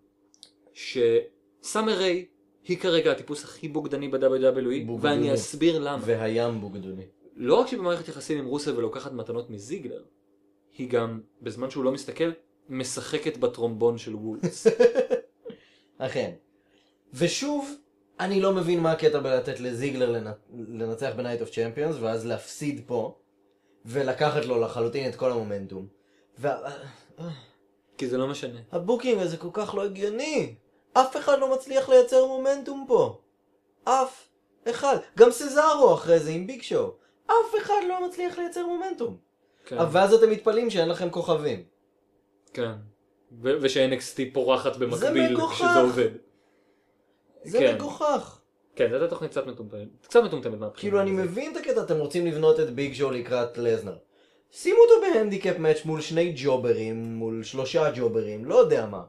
שסאמר ריי היא כרגע הטיפוס הכי בוגדני ב-WWE,
בוגדני.
ואני אסביר למה.
והים בוגדוני.
לא רק שהיא במערכת יחסים עם רוסיה ולוקחת מתנות מזיגלר, היא גם, בזמן שהוא לא מסתכל, משחקת בטרומבון של
[laughs]
וולס.
אכן. ושוב, אני לא מבין מה הקטע בלתת לזיגלר לנ- לנצח בנייט אוף צ'מפיונס, ואז להפסיד פה, ולקחת לו לחלוטין את כל המומנטום. וה-
כי זה לא משנה.
הבוקינג הזה כל כך לא הגיוני. אף אחד לא מצליח לייצר מומנטום פה. אף אחד. גם סזארו אחרי זה עם ביג שואו. אף אחד לא מצליח לייצר מומנטום.
כן.
אבל ואז אתם מתפלאים שאין לכם כוכבים.
כן. ו- וש-NXT פורחת במקביל
מגוחך.
כשזה עובד.
זה
כן.
מגוחך.
כן, זו הייתה תוכנית קצת מטומטמת. קצת מטומטמת מהבחינה
כאילו אני
הזאת.
מבין את הקטע, אתם רוצים לבנות את ביג שואו לקראת לזנר. שימו אותו בהנדיקאפ מאץ' מול שני ג'וברים, מול שלושה ג'וברים, לא יודע מה.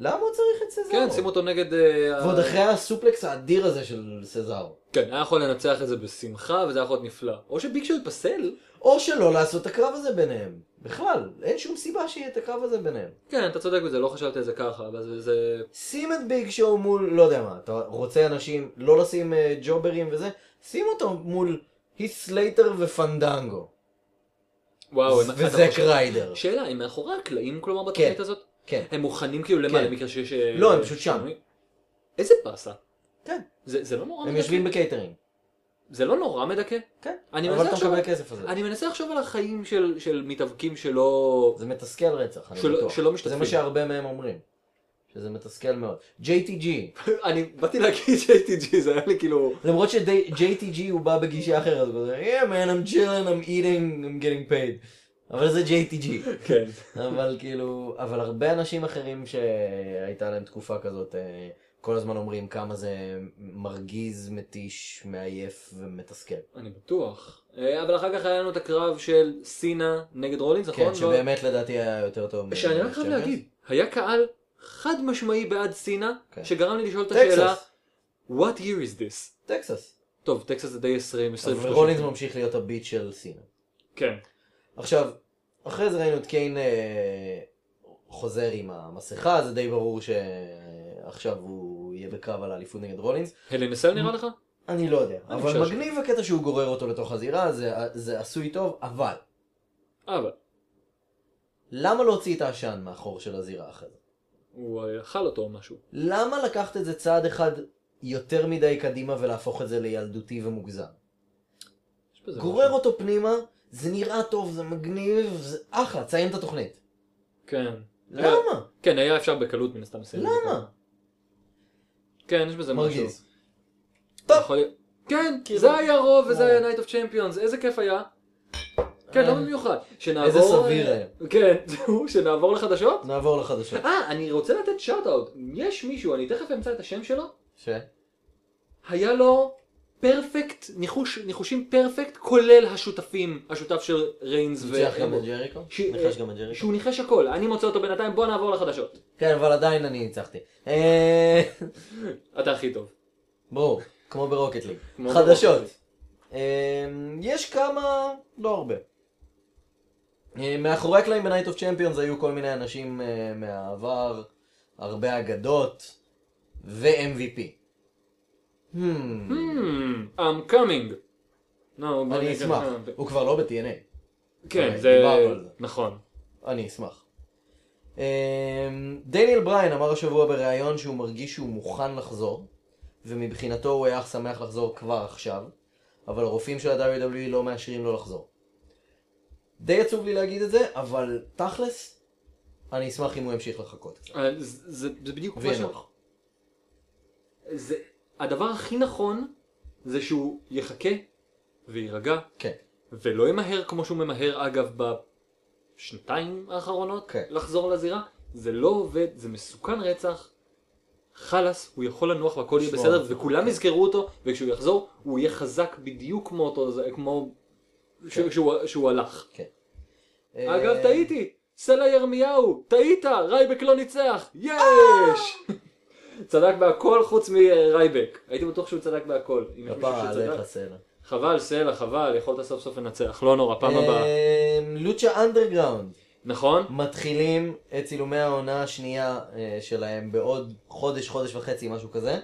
למה הוא צריך את סזארו?
כן, שימו אותו נגד... אה,
ועוד
ה-
אחרי הסופלקס האדיר הזה של סזארו.
כן, היה יכול לנצח את זה בשמחה, וזה היה יכול להיות נפלא. או שביקשו יתפסל.
או שלא לעשות את הקרב הזה ביניהם. בכלל, אין שום סיבה שיהיה את הקרב הזה ביניהם.
כן, אתה צודק בזה, לא חשבתי על זה ככה, אבל זה- זה...
שים את ביג שואו מול, לא יודע מה, אתה רוצה אנשים, לא לשים אה, ג'וברים וזה, שים אותו מול היס סלייטר ופנדנגו.
וואו, הם- אתה
וזק
חושב-
ריידר.
שאלה, הם מאחורי הקלעים, כלומר, בתוכנית הזאת?
כן.
הם מוכנים כאילו למה,
כן.
למקרה שיש... אה,
לא, הם פשוט שם.
שינוי? איזה באסה.
כן.
זה זה לא נורא
הם
מדכא?
יושבים בקייטרינג.
זה לא נורא מדכא?
כן.
אני
אבל
מנסה
אתה
לחשוב
מקבל
על-
כסף על זה.
אני מנסה לחשוב על החיים של של מתאבקים שלא...
זה מתסכל רצח, אני
שלא-
בטוח.
שלא משתתפים.
זה מה שהרבה מהם אומרים. שזה מתסכל מאוד. JTG,
אני באתי להגיד JTG, זה היה לי כאילו...
למרות ש-JTG הוא בא בגישה אחרת, הוא כזה, yeah man, I'm chilling, I'm eating, I'm getting paid. אבל זה JTG.
כן.
אבל כאילו, אבל הרבה אנשים אחרים שהייתה להם תקופה כזאת, אה, כל הזמן אומרים כמה זה מרגיז, מתיש, מעייף ומתסכל.
אני בטוח. אה, אבל אחר כך היה לנו את הקרב של סינה נגד רולינס, נכון?
כן,
לא- אה,
שבאמת לדעתי היה יותר טוב. מ-
שאני רק חייב
צ'מפיונס.
להגיד, היה קהל חד משמעי בעד סינה,
כן.
שגרם לי לשאול את השאלה,
טקסס,
what year is this?
טקסס.
טוב, טקסס זה די 20, 20,
אבל
30.
רולינס ממשיך להיות הביט של סינה.
כן.
עכשיו, אחרי זה ראינו את קיין אה, חוזר עם המסכה, זה די ברור שעכשיו הוא יהיה בקרב על האליפות נגד רולינס.
הלנסל נראה לך?
אני לא יודע,
אני
אבל
חושב ש-
מגניב הקטע שהוא גורר אותו לתוך הזירה, זה, זה עשוי טוב, אבל
אבל.
למה להוציא את העשן מהחור של הזירה אחרי זה?
הוא אה, אכל אותו או משהו.
למה לקחת את זה צעד אחד יותר מדי קדימה ולהפוך את זה לילדותי ומוגזם?
יש בזה
גורר
משהו.
אותו פנימה, זה נראה טוב, זה מגניב, זה אחלה, תסיים את התוכנית.
כן.
למה?
כן, היה אפשר בקלות מן הסתם לסיים. את זה
למה?
ככה. כן, יש בזה משהו.
מרגיז.
טוב.
טוב.
כן,
כאילו-
זה היה רוב וזה
וואו.
היה Night of Champions, איזה כיף היה. כן, לא
אה.
במיוחד. שנעבור...
איזה סביר
אה,
היה.
כן, [laughs] זהו, שנעבור לחדשות?
נעבור לחדשות.
אה, אני רוצה לתת שאט-אאוט. יש מישהו, אני תכף אמצא את השם שלו,
ש?
היה לו פרפקט, ניחוש, ניחושים פרפקט, כולל השותפים, השותף של ריינס ו...
ניצח גם את ג'ריקו?
אה, ש- אה,
ניחש גם את ג'ריקו?
שהוא ניחש הכל, אני מוצא אותו בינתיים, בוא נעבור לחדשות.
כן, אבל עדיין אני ניצחתי. אה,
אתה הכי טוב.
ברור, כמו ברוקט ליג.
כמו
חדשות.
ברוקט
אה, יש כמה, לא הרבה. אה, מאחורי הקלעים בנייט אוף צ'מפיונס היו כל מיני אנשים אה, מהעבר, הרבה אגדות, ו-MVP. Hmm,
Hmm, I'm coming. No, בוא
אני
נגיד-
אשמח. הוא כבר לא ב-TNA.
כן,
אוקיי,
זה...
דיברנו על זה.
נכון.
אני אשמח. אמ, דניאל בריין אמר השבוע בריאיון שהוא מרגיש שהוא מוכן לחזור, ומבחינתו הוא היה שמח לחזור כבר עכשיו, אבל הרופאים של ה-WWE לא מאשרים לו לחזור. די עצוב לי להגיד את זה, אבל תכלס, אני אשמח אם הוא ימשיך לחכות קצת.
אה, זה- זה זה בדיוק מה ש...
וינוח.
זה... הדבר הכי נכון זה שהוא יחכה ויירגע
כן.
ולא ימהר כמו שהוא ממהר אגב בשנתיים האחרונות
כן.
לחזור לזירה, זה לא עובד, זה מסוכן רצח, חלאס, הוא יכול לנוח והכל יהיה
לשמור
בסדר
על זה.
וכולם יזכרו אותו וכשהוא יחזור הוא יהיה חזק בדיוק כמו אותו, זה- כמו
כן.
ש- שהוא- שהוא הלך. אגב
אה,
טעיתי, סלע ירמיהו, טעית, רייבק לא ניצח, יש! צדק בהכל חוץ מרייבק, הייתי בטוח שהוא צדק בהכל. אם יש מישהו
כפרה
שצדק-
עליך סלע.
חבל, סלע, חבל, יכולת סוף סוף לנצח, לא נורא, פעם הבאה.
אמ, לוצ'ה אנדרגראונד.
נכון?
מתחילים את צילומי העונה השנייה אה, שלהם בעוד חודש, חודש וחצי, משהו כזה.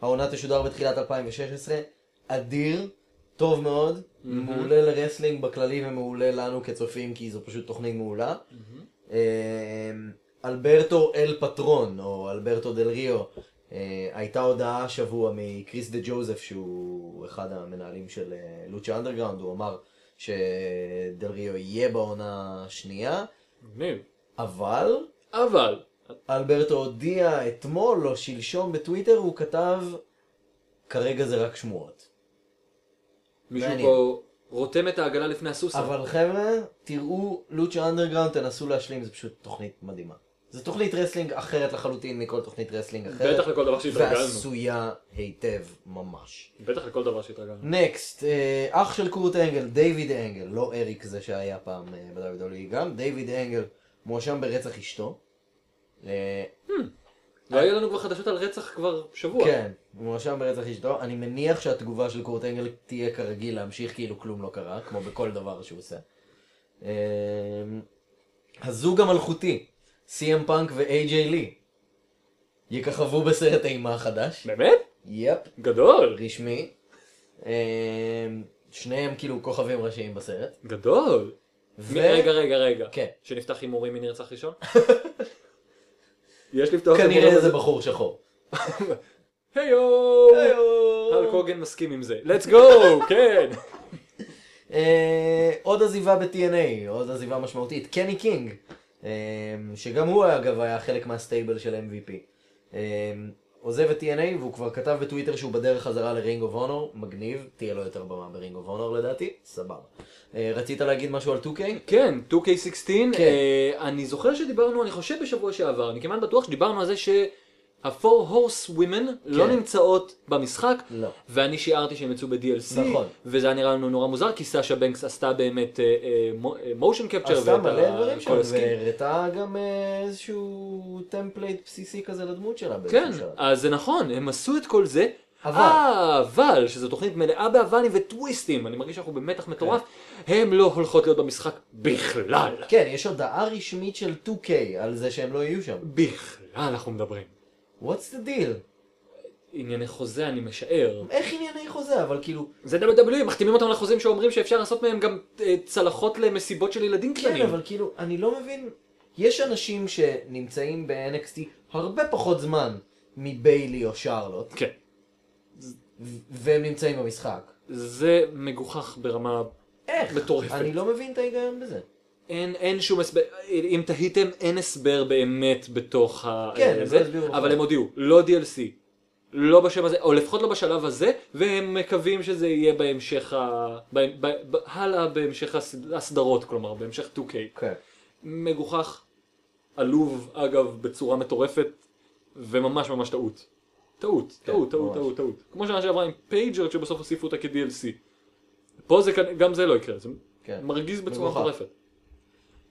העונה תשודר בתחילת 2016. אדיר, טוב מאוד, מעולה לרסלינג בכללי ומעולה לנו כצופים, כי זו פשוט תוכנית מעולה. אה, אלברטו אל פטרון, או אלברטו דל ריו, אה, הייתה הודעה השבוע מקריס דה ג'וזף, שהוא אחד המנהלים של אה, לוצ'ה אנדרגראונד, הוא אמר שדל ריו יהיה בעונה השנייה.
מגניב.
אבל
אבל,
אלברטו הודיע אתמול או שלשום בטוויטר, הוא כתב, כרגע זה רק שמועות.
מישהו
מעניין.
פה רותם את העגלה לפני הסוסה.
אבל חבר'ה, תראו לוצ'ה אנדרגראונד, תנסו להשלים, זו פשוט תוכנית מדהימה. זו תוכנית רסלינג אחרת לחלוטין מכל תוכנית רסלינג אחרת.
בטח לכל דבר שהתרגלנו.
ועשויה היטב ממש.
בטח לכל דבר שהתרגלנו.
נקסט, אה, אח של קורט אנגל, דיוויד אנגל, לא אריק זה שהיה פעם אה, ב-WWE גם, דיוויד אנגל מואשם ברצח אשתו. אה,
לא היו לנו כבר חדשות על רצח כבר שבוע.
כן, הוא מואשם ברצח אשתו. אני מניח שהתגובה של קורט אנגל תהיה כרגיל להמשיך כאילו כלום לא קרה, כמו בכל דבר שהוא עושה. אמ, הזוג המלכותי, סי.אם פאנק ואיי-ג'יי לי, יככבו בסרט אימה חדש.
באמת?
יפ,
גדול.
רשמי. אמ, שניהם כאילו כוכבים ראשיים בסרט.
גדול.
ו-
מ- רגע, רגע, רגע.
כן.
שנפתח הימורים מי נרצח ראשון? [laughs] יש לפתוח
כנראה
הימורים
איזה
הזה.
בחור שחור.
אה, היו! הלק הוגן מסכים עם זה. let's go! [laughs] כן!
אה, עוד עזיבה ב-TNA, עוד עזיבה משמעותית, קני קינג, אה, שגם הוא אגב היה חלק מהסטייבל של MVP. אה, עוזב את TNA והוא כבר כתב בטוויטר שהוא בדרך חזרה לרינג אוף אונור, מגניב, תהיה לו יותר במה ברינג אוף אונור לדעתי, סבבה. אה, רצית להגיד משהו על 2K?
כן, 2K16.
כן.
אה, אני זוכר שדיברנו, אני חושב בשבוע שעבר, אני כמעט בטוח שדיברנו על זה שה-4 horse women לא נמצאות במשחק.
לא.
ואני שיערתי שהם יצאו ב-DLC,
נכון.
וזה היה נראה לנו נורא מוזר, כי סאשה בנקס עשתה באמת אה, מושן קפצ'ר
עשתה מלא דברים שם, והראתה גם אה, איזשהו טמפלייט בסיסי כזה לדמות שלה. באיזשהו
כן,
שלב.
אז זה נכון, הם עשו את כל זה. אה,
אבל.
אבל, שזו תוכנית מלאה באבלים וטוויסטים, אני מרגיש שאנחנו
כן.
במתח מטורף, הם לא הולכות להיות במשחק בכלל.
כן, יש הודעה רשמית של 2K על זה שהם לא יהיו שם.
בכלל אנחנו מדברים.
What's the deal?
ענייני חוזה, אני משער.
איך ענייני חוזה, אבל כאילו,
זה WWE, מחתימים אותם לחוזים שאומרים שאפשר לעשות מהם גם אה, צלחות למסיבות של ילדים קטנים.
כן, אבל כאילו, אני לא מבין, יש אנשים שנמצאים ב-NXT הרבה פחות זמן מביילי או שרלוט,
כן.
ו- והם נמצאים במשחק.
זה מגוחך ברמה
איך?
מטורפת.
אני לא מבין את ההיגיון בזה.
אין, אין שום הסבר, אם תהיתם, אין הסבר באמת בתוך ה...
כן, הם
אה,
לא
זה,
הסבירו בכלל.
אבל הם הודיעו, לא DLC, לא בשם הזה, או לפחות לא בשלב הזה, והם מקווים שזה יהיה בהמשך ה... ב... ב... ב... הלאה בהמשך הסד... הסדרות, כלומר, בהמשך 2K.
כן.
מגוחך, עלוב, אגב, בצורה מטורפת, וממש ממש טעות. טעות, טעות, טעות,
כן, ממש.
טעות, טעות. כמו שנה שעברה עם פייג'ר, כשבסוף הוסיפו אותה כ-DLC. פה זה, כנ- גם זה לא יקרה, זה
כן.
מרגיז בצורה
מגוחך.
מטורפת.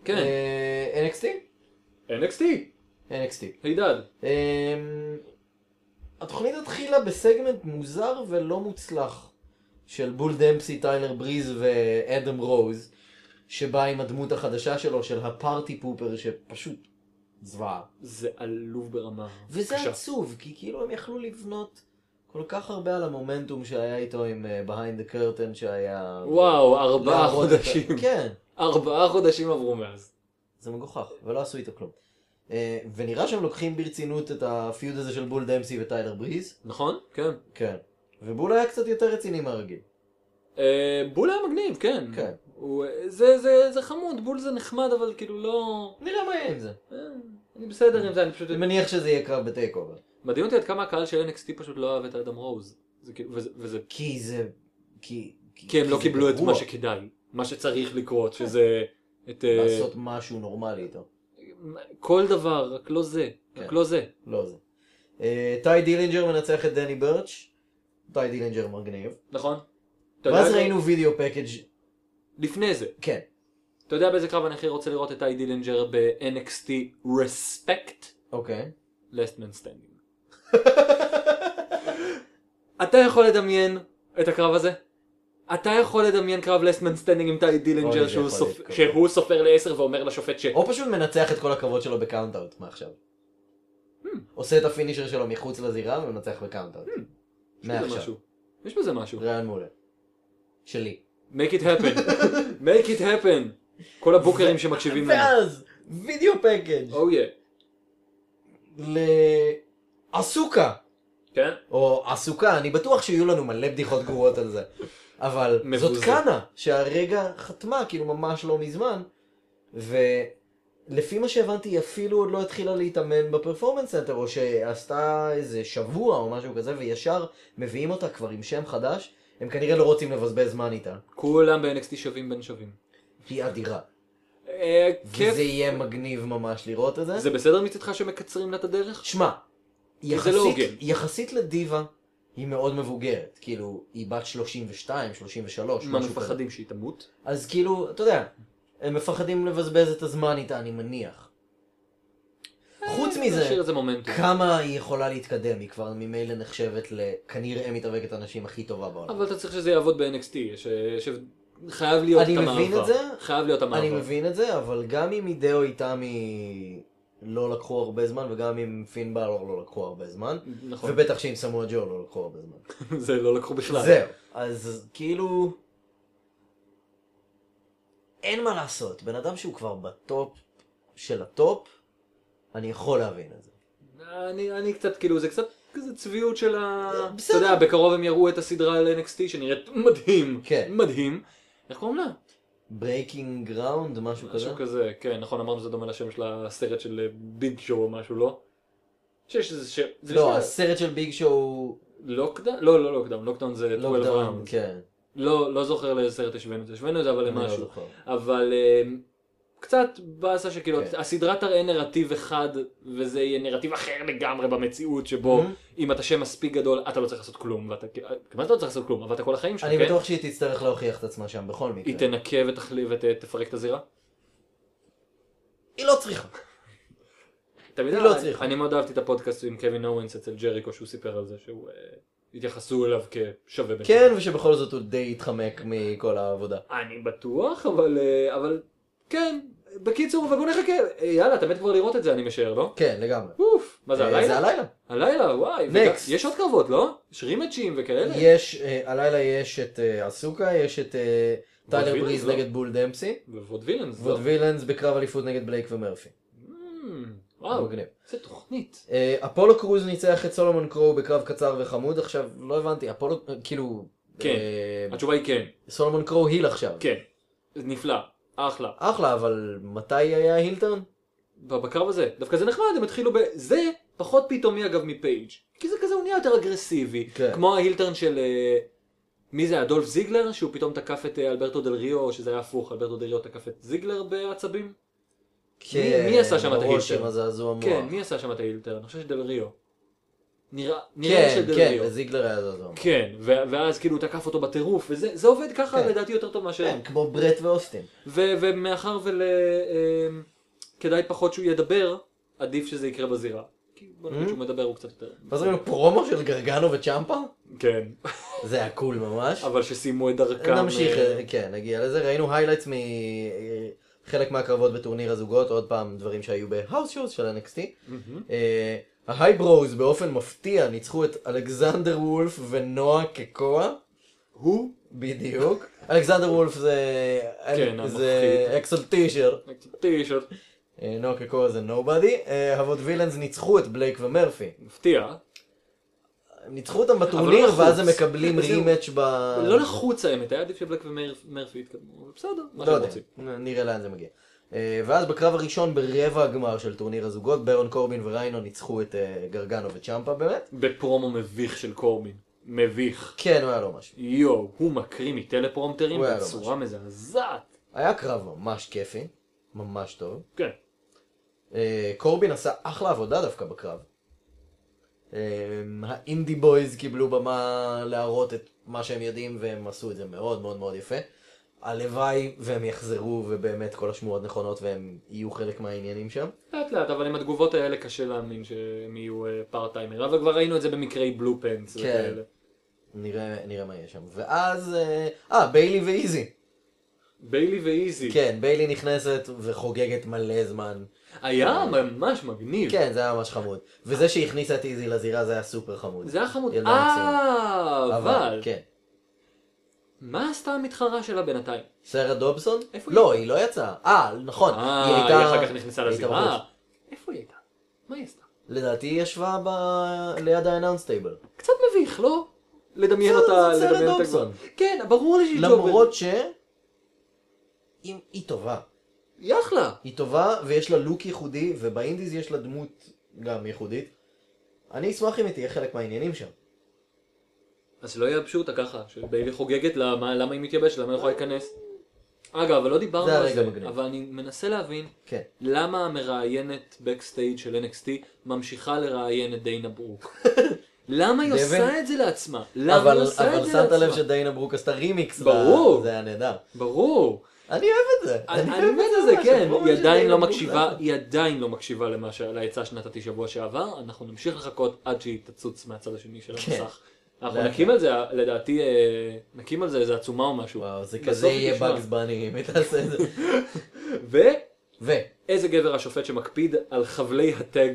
כן,
אה, NXT?
NXT,
NXT.
הידד.
אמ, התוכנית התחילה בסגמנט מוזר ולא מוצלח של בול דמפסי, טיילר בריז ואדם רוז, שבא עם הדמות החדשה שלו, של הפארטי פופר, שפשוט זוועה.
זה עלוב ברמה
וזה
קשה.
עצוב, כי כאילו הם יכלו לבנות כל כך הרבה על המומנטום שהיה איתו עם אה, behind the curtain
לא,
שהיה.
וואו, ארבעה
להראות את ה-
חודשים.
כן,
ארבעה חודשים עברו מאז.
זה מגוחך, ולא עשו איתו כלום. אה, ונראה שהם לוקחים ברצינות את הפיוד הזה של בול דמפסי וטיילר בריז.
נכון? כן.
כן. ובול היה קצת יותר רציני מהרגיל.
אה, בול היה מגניב, כן.
כן.
הוא, אה, זה, זה, זה חמוד, בול זה נחמד, אבל כאילו לא...
נראה מה יהיה עם זה.
אה, אני בסדר עם זה, אני פשוט...
אני מניח שזה יהיה קרב בטייק אובר.
מדהים אותי עד כמה הקהל של NXT פשוט לא אהב את אדם רוז. זה כאילו, וזה, וזה...
כי זה... כי...
כי הם לא
זה
קיבלו את
גרוע.
מה שכדאי, מה שצריך לקרות, שזה... את... אה,
לעשות משהו נורמלי איתו.
כל דבר, רק לא זה. רק
כן.
לא זה.
לא זה. אה, טי דילינג'ר מנצח את דני ברץ'. טי דילינג'ר מגניב.
נכון? אתה יודע
ואז
מה?
ראינו וידאו פקאג'
לפני זה,
כן.
אתה יודע באיזה קרב אני הכי רוצה לראות את טי דילינג'ר ב-NXT Respect
אוקיי.
Last Man Standing.
[laughs]
אתה יכול לדמיין את הקרב הזה? אתה יכול לדמיין קרב Last Man Standing עם טי
אוי,
דילינג'ר
זה
שהוא,
יכול
סופ...
להיות קרב.
שהוא סופר לעשר ואומר לשופט ש...
או פשוט מנצח את כל הכבוד שלו בקאונט-אאוט מעכשיו.
Hmm.
עושה את הפינישר שלו מחוץ לזירה ומנצח בקאונט-אאוט.
יש בזה
מעכשיו.
משהו. יש בזה משהו.
[laughs] רעיון מעולה. שלי.
make it happen. make it happen. כל הבוקרים שמקשיבים
[laughs]
לנו.
ואז, וידאו פקאג'
Oh yeah. אוקיי.
לאסוקה,
כן?
או אסוקה, אני בטוח שיהיו לנו מלא בדיחות גרועות על זה, אבל
מבוזה.
זאת קאנה, שהרגע חתמה, כאילו ממש לא מזמן, ולפי מה שהבנתי, היא אפילו עוד לא התחילה להתאמן בפרפורמנס סנטר, או שעשתה איזה שבוע או משהו כזה, וישר מביאים אותה כבר עם שם חדש. הם כנראה לא רוצים לבזבז זמן איתה,
כולם ב-NXT שווים בין שווים.
היא אדירה.
אה, כיף.
וזה יהיה מגניב ממש לראות את זה.
זה בסדר מצדך שמקצרים לה את הדרך?
שמע,
זה לא
יחסית,
הוגן.
יחסית לדיבה, היא מאוד מבוגרת. כאילו, היא בת 32, 33,
מה,
משהו כזה.
מפחדים שהיא תמות?
אז כאילו, אתה יודע, הם מפחדים לבזבז את הזמן איתה, אני מניח. חוץ מזה,
נשאיר את אה, זה מומנטום.
כמה היא יכולה להתקדם, היא כבר ממילא נחשבת לכנראה מתאבקת הנשים הכי טובה בעולם.
אבל אתה צריך שזה יעבוד ב-NXT, ש... ש... חייב להיות
אני
את המעבר.
מבין את זה.
חייב להיות המעבר.
אני מבין את זה, אבל גם אם אידאו איתמי לא לקחו הרבה זמן, וגם אם פין בלור לא לקחו הרבה זמן,
נכון.
ובטח שאם סמואל ג'ו לא לקחו הרבה זמן.
[laughs] זה לא לקחו בכלל.
זהו, אז כאילו... אין מה לעשות, בן אדם שהוא כבר בטופ של הטופ, אני יכול להבין את זה.
אני, אני קצת כאילו, זה קצת כזה צביעות של ה...
בסדר.
אתה יודע, בקרוב הם יראו את הסדרה על NXT שנראית מדהים.
כן.
מדהים. איך קוראים לה?
ברייקינג גראונד, משהו כזה?
משהו כזה, כן, נכון, אמרנו שזה דומה לשם של הסרט של ביג שואו או משהו, לא? שיש איזה שם... זה
לא,
נשמע-
הסרט של ביג שואו...
לוקדאון? לא, לא לוקדאון, לוקדאון זה 12
לוקדאון,
ראונד.
כן.
לא, לא זוכר לאיזה סרט השווינו את זה, השווינו את זה אוקיי. אבל
אני לא
למשהו.
זוכר.
אבל אמ, קצת באסה שכאילו,
כן.
הסדרה תראה נרטיב אחד, וזה יהיה נרטיב אחר לגמרי במציאות, שבו
Mhm.
אם אתה שם מספיק גדול, אתה לא צריך לעשות כלום, ואתה, כמעט לא צריך לעשות כלום, עבדת כל החיים שלך,
אני
כן?
בטוח שהיא תצטרך להוכיח את עצמה שם בכל מקרה.
היא תנקה ותחליף ותפרק את הזירה.
היא לא צריכה.
תמיד
היא לא
אני-
צריכה.
אני מאוד אהבתי את הפודקאסט עם קווין אורנס אצל ג'ריקו, שהוא סיפר על זה, שהוא... אה, התייחסו אליו כשווה בין
כן, ושבכל זאת הוא די התחמק מכל העבודה.
אני בטוח, אבל, אה, אבל כן, בקיצור, אבל בוא נחכה, אה, יאללה, אתה מת כבר לראות את זה, אני משער, לא?
כן, לגמרי.
אוף, מה זה,
אה,
הלילה?
זה הלילה.
הלילה, וואי.
Next.
וגם- יש עוד קרבות, לא? יש רימצ'ים וכאלה.
יש, אה, הלילה יש את אה, אסוקה, יש את אה,
וילנס,
טיילר בריז
לא?
נגד בול דמפסי,
ועוד וילאנס, לא?
ועוד וילנס בקרב אליפות נגד בלייק ומרפי.
אמ, וואו,
מגניב.
איזה תוכנית.
אה, אפולו קרוז ניצח את סולומון קרו בקרב קצר וחמוד, עכשיו לא הבנתי, אפולו, אה, כאילו,
כן.
אה,
התשובה היא כן,
סולומון קרו היל עכשיו.
כן. זה נפלא, אחלה.
אחלה, אבל מתי היה הילטרן?
בקרב הזה, דווקא זה נחמד, הם התחילו ב... זה פחות פתאומי אגב מפייג'. כי זה כזה, הוא נהיה יותר אגרסיבי.
כן.
כמו ההילטרן של... אה, מי זה, אדולף זיגלר, שהוא פתאום תקף את אה, אלברטו דל ריו, או שזה היה הפוך, אלברטו דל ריו תקף את זיגלר בעצבים? מי- מי עשה שם את
הרושם
ההילטרן?
אה, הזעזוע מוח.
כן, מי עשה שם את ההילטרן? אני חושב שדל ריו. נראה נראה לי
כן,
שדל
כן,
ריו.
לזיגלר היה זעזוע מוח.
כן, ו- ואז כאילו הוא תקף אותו בטירוף, וזה זה עובד ככה
כן.
לדעתי יותר טוב מאשר...
כן, כמו ברט ואוסטין.
ו- ומאחר ול... אמ, כדאי פחות שהוא ידבר, עדיף שזה יקרה בזירה. כי בוא נגיד
Mm.
שהוא מדבר הוא קצת יותר.
ואז ראינו פרומו של גרגנו וצ'מפה?
כן, [laughs]
זה היה קול ממש.
אבל שסיימו את דרכם...
נמשיך,
אה,
אה, כן, נגיע לזה. ראינו היילייטס מחלק מהקרבות בטורניר הזוגות, עוד פעם דברים שהיו בהאוס שוז של NXT.
מהמם.
אה, ההייברוז באופן מפתיע ניצחו את אלכזנדר וולף ונועה קקוע.
הוא?
בדיוק. [laughs] אלכזנדר וולף זה... אה,
כן,
זה
המפחיד.
אקסל טישר.
טישרט.
אה, נועה קקוע זה נובדי. הווד וילאנס ניצחו את בלייק ומרפי.
מפתיע.
אה, הם ניצחו אותם בטורניר
לחוץ.
ואז הם
[laughs]
מקבלים
זהו.
רימץ' ב...
לא
אה.
לחוץ האמת, היה עדיף שבלק ומרפי יתקדמו, אבל בסדר, מה
לא
שהם
יודע,
רוצים.
נראה לאן זה מגיע. אה, ואז בקרב הראשון ברבע הגמר של טורניר הזוגות, ברון קורבין וריינו ניצחו את אה, גרגנו וצ'מפה באמת.
בפרומו מביך של קורבין. מביך.
כן, הוא היה לו משהו.
יואו, הוא מקריא מטלפרומטרים
הוא היה לא לו
בצורה מזעזעת.
היה קרב ממש כיפי, ממש טוב.
כן.
אה, קורבין עשה אחלה עבודה דווקא בקרב. אה, האינדי בויז קיבלו במה להראות את מה שהם יודעים, והם עשו את זה מאוד מאוד מאוד יפה. הלוואי והם יחזרו, ובאמת כל השמועות נכונות, והם יהיו חלק מהעניינים שם.
לאט לאט, אבל עם התגובות האלה קשה להאמין שהם יהיו אה, פארט-טיימר, אבל כבר ראינו את זה במקרי בלו פנס
כן.
וכאלה.
נראה, נראה מה יש שם. ואז, אה, אה, ביילי ואיזי.
ביילי ואיזי.
כן, ביילי נכנסת וחוגגת מלא זמן.
היה ממש מגניב.
כן, זה היה ממש חמוד. וזה שהכניסה את איזי לזירה זה היה סופר חמוד.
זה היה חמוד.
ילדה מקסימה.
אה, אבל...
כן.
מה עשתה המתחרה שלה בינתיים?
סרה דובסון?
איפה היא?
לא, היא לא יצאה. אה, נכון.
אה, היא אחר כך נכנסה
היא הייתה
לזירה.
בחוץ.
איפה היא הייתה? מה היא עשתה?
לדעתי היא ישבה ב- ליד האנאונס טייבל.
קצת מביך, לא? לדמיין
בסדר,
אותה,
זה סרט
לדמיין אותה
דובסון.
כבר. כן, ברור לי שהיא ג'ובר.
למרות ש... אם- היא טובה.
היא אחלה.
היא טובה ויש לה לוק ייחודי, ובאינדיז יש לה דמות גם ייחודית. אני אשמח אם היא תהיה חלק מהעניינים שם.
אז שלא יהיה פשוטה ככה, שביילי חוגגת למה, למה היא מתייבשת, למה היא יכולה להיכנס. אגב, אבל לא דיברנו
זה
על
הרגע
זה,
מגניב.
אבל אני מנסה להבין
כן.
למה המראיינת בקסטייג' של NXT ממשיכה לראיין את דיינה
[laughs]
ברוק. למה היא
דבן?
עושה את זה לעצמה? למה
אבל
היא עושה
אבל
את זה
שמת לב
לעצמה?
שדיינה ברוק עשתה רמיקס. ל-
ברור.
זה היה נהדר.
ברור.
אני אוהב את זה.
אני
אוהב
מת על זה,
ממש,
כן.
ברור
היא עדיין
שדיינה
לא
ברוק
מקשיבה,
עשתה.
היא עדיין לא מקשיבה למה ש- לעצה שנתתי שבוע שעבר. אנחנו נמשיך לחכות עד שהיא תצוץ מהצד השני של
כן.
המסך. אנחנו
לאט
נקים על זה, לדעתי, אה, נקים על זה איזה עצומה או משהו.
וואו, זה
בסוף
כזה
היא
יהיה
תשמע.
באגס בני אם היא תעשה את זה. [laughs]
ואיזה
ו,
גבר השופט שמקפיד על חבלי הטג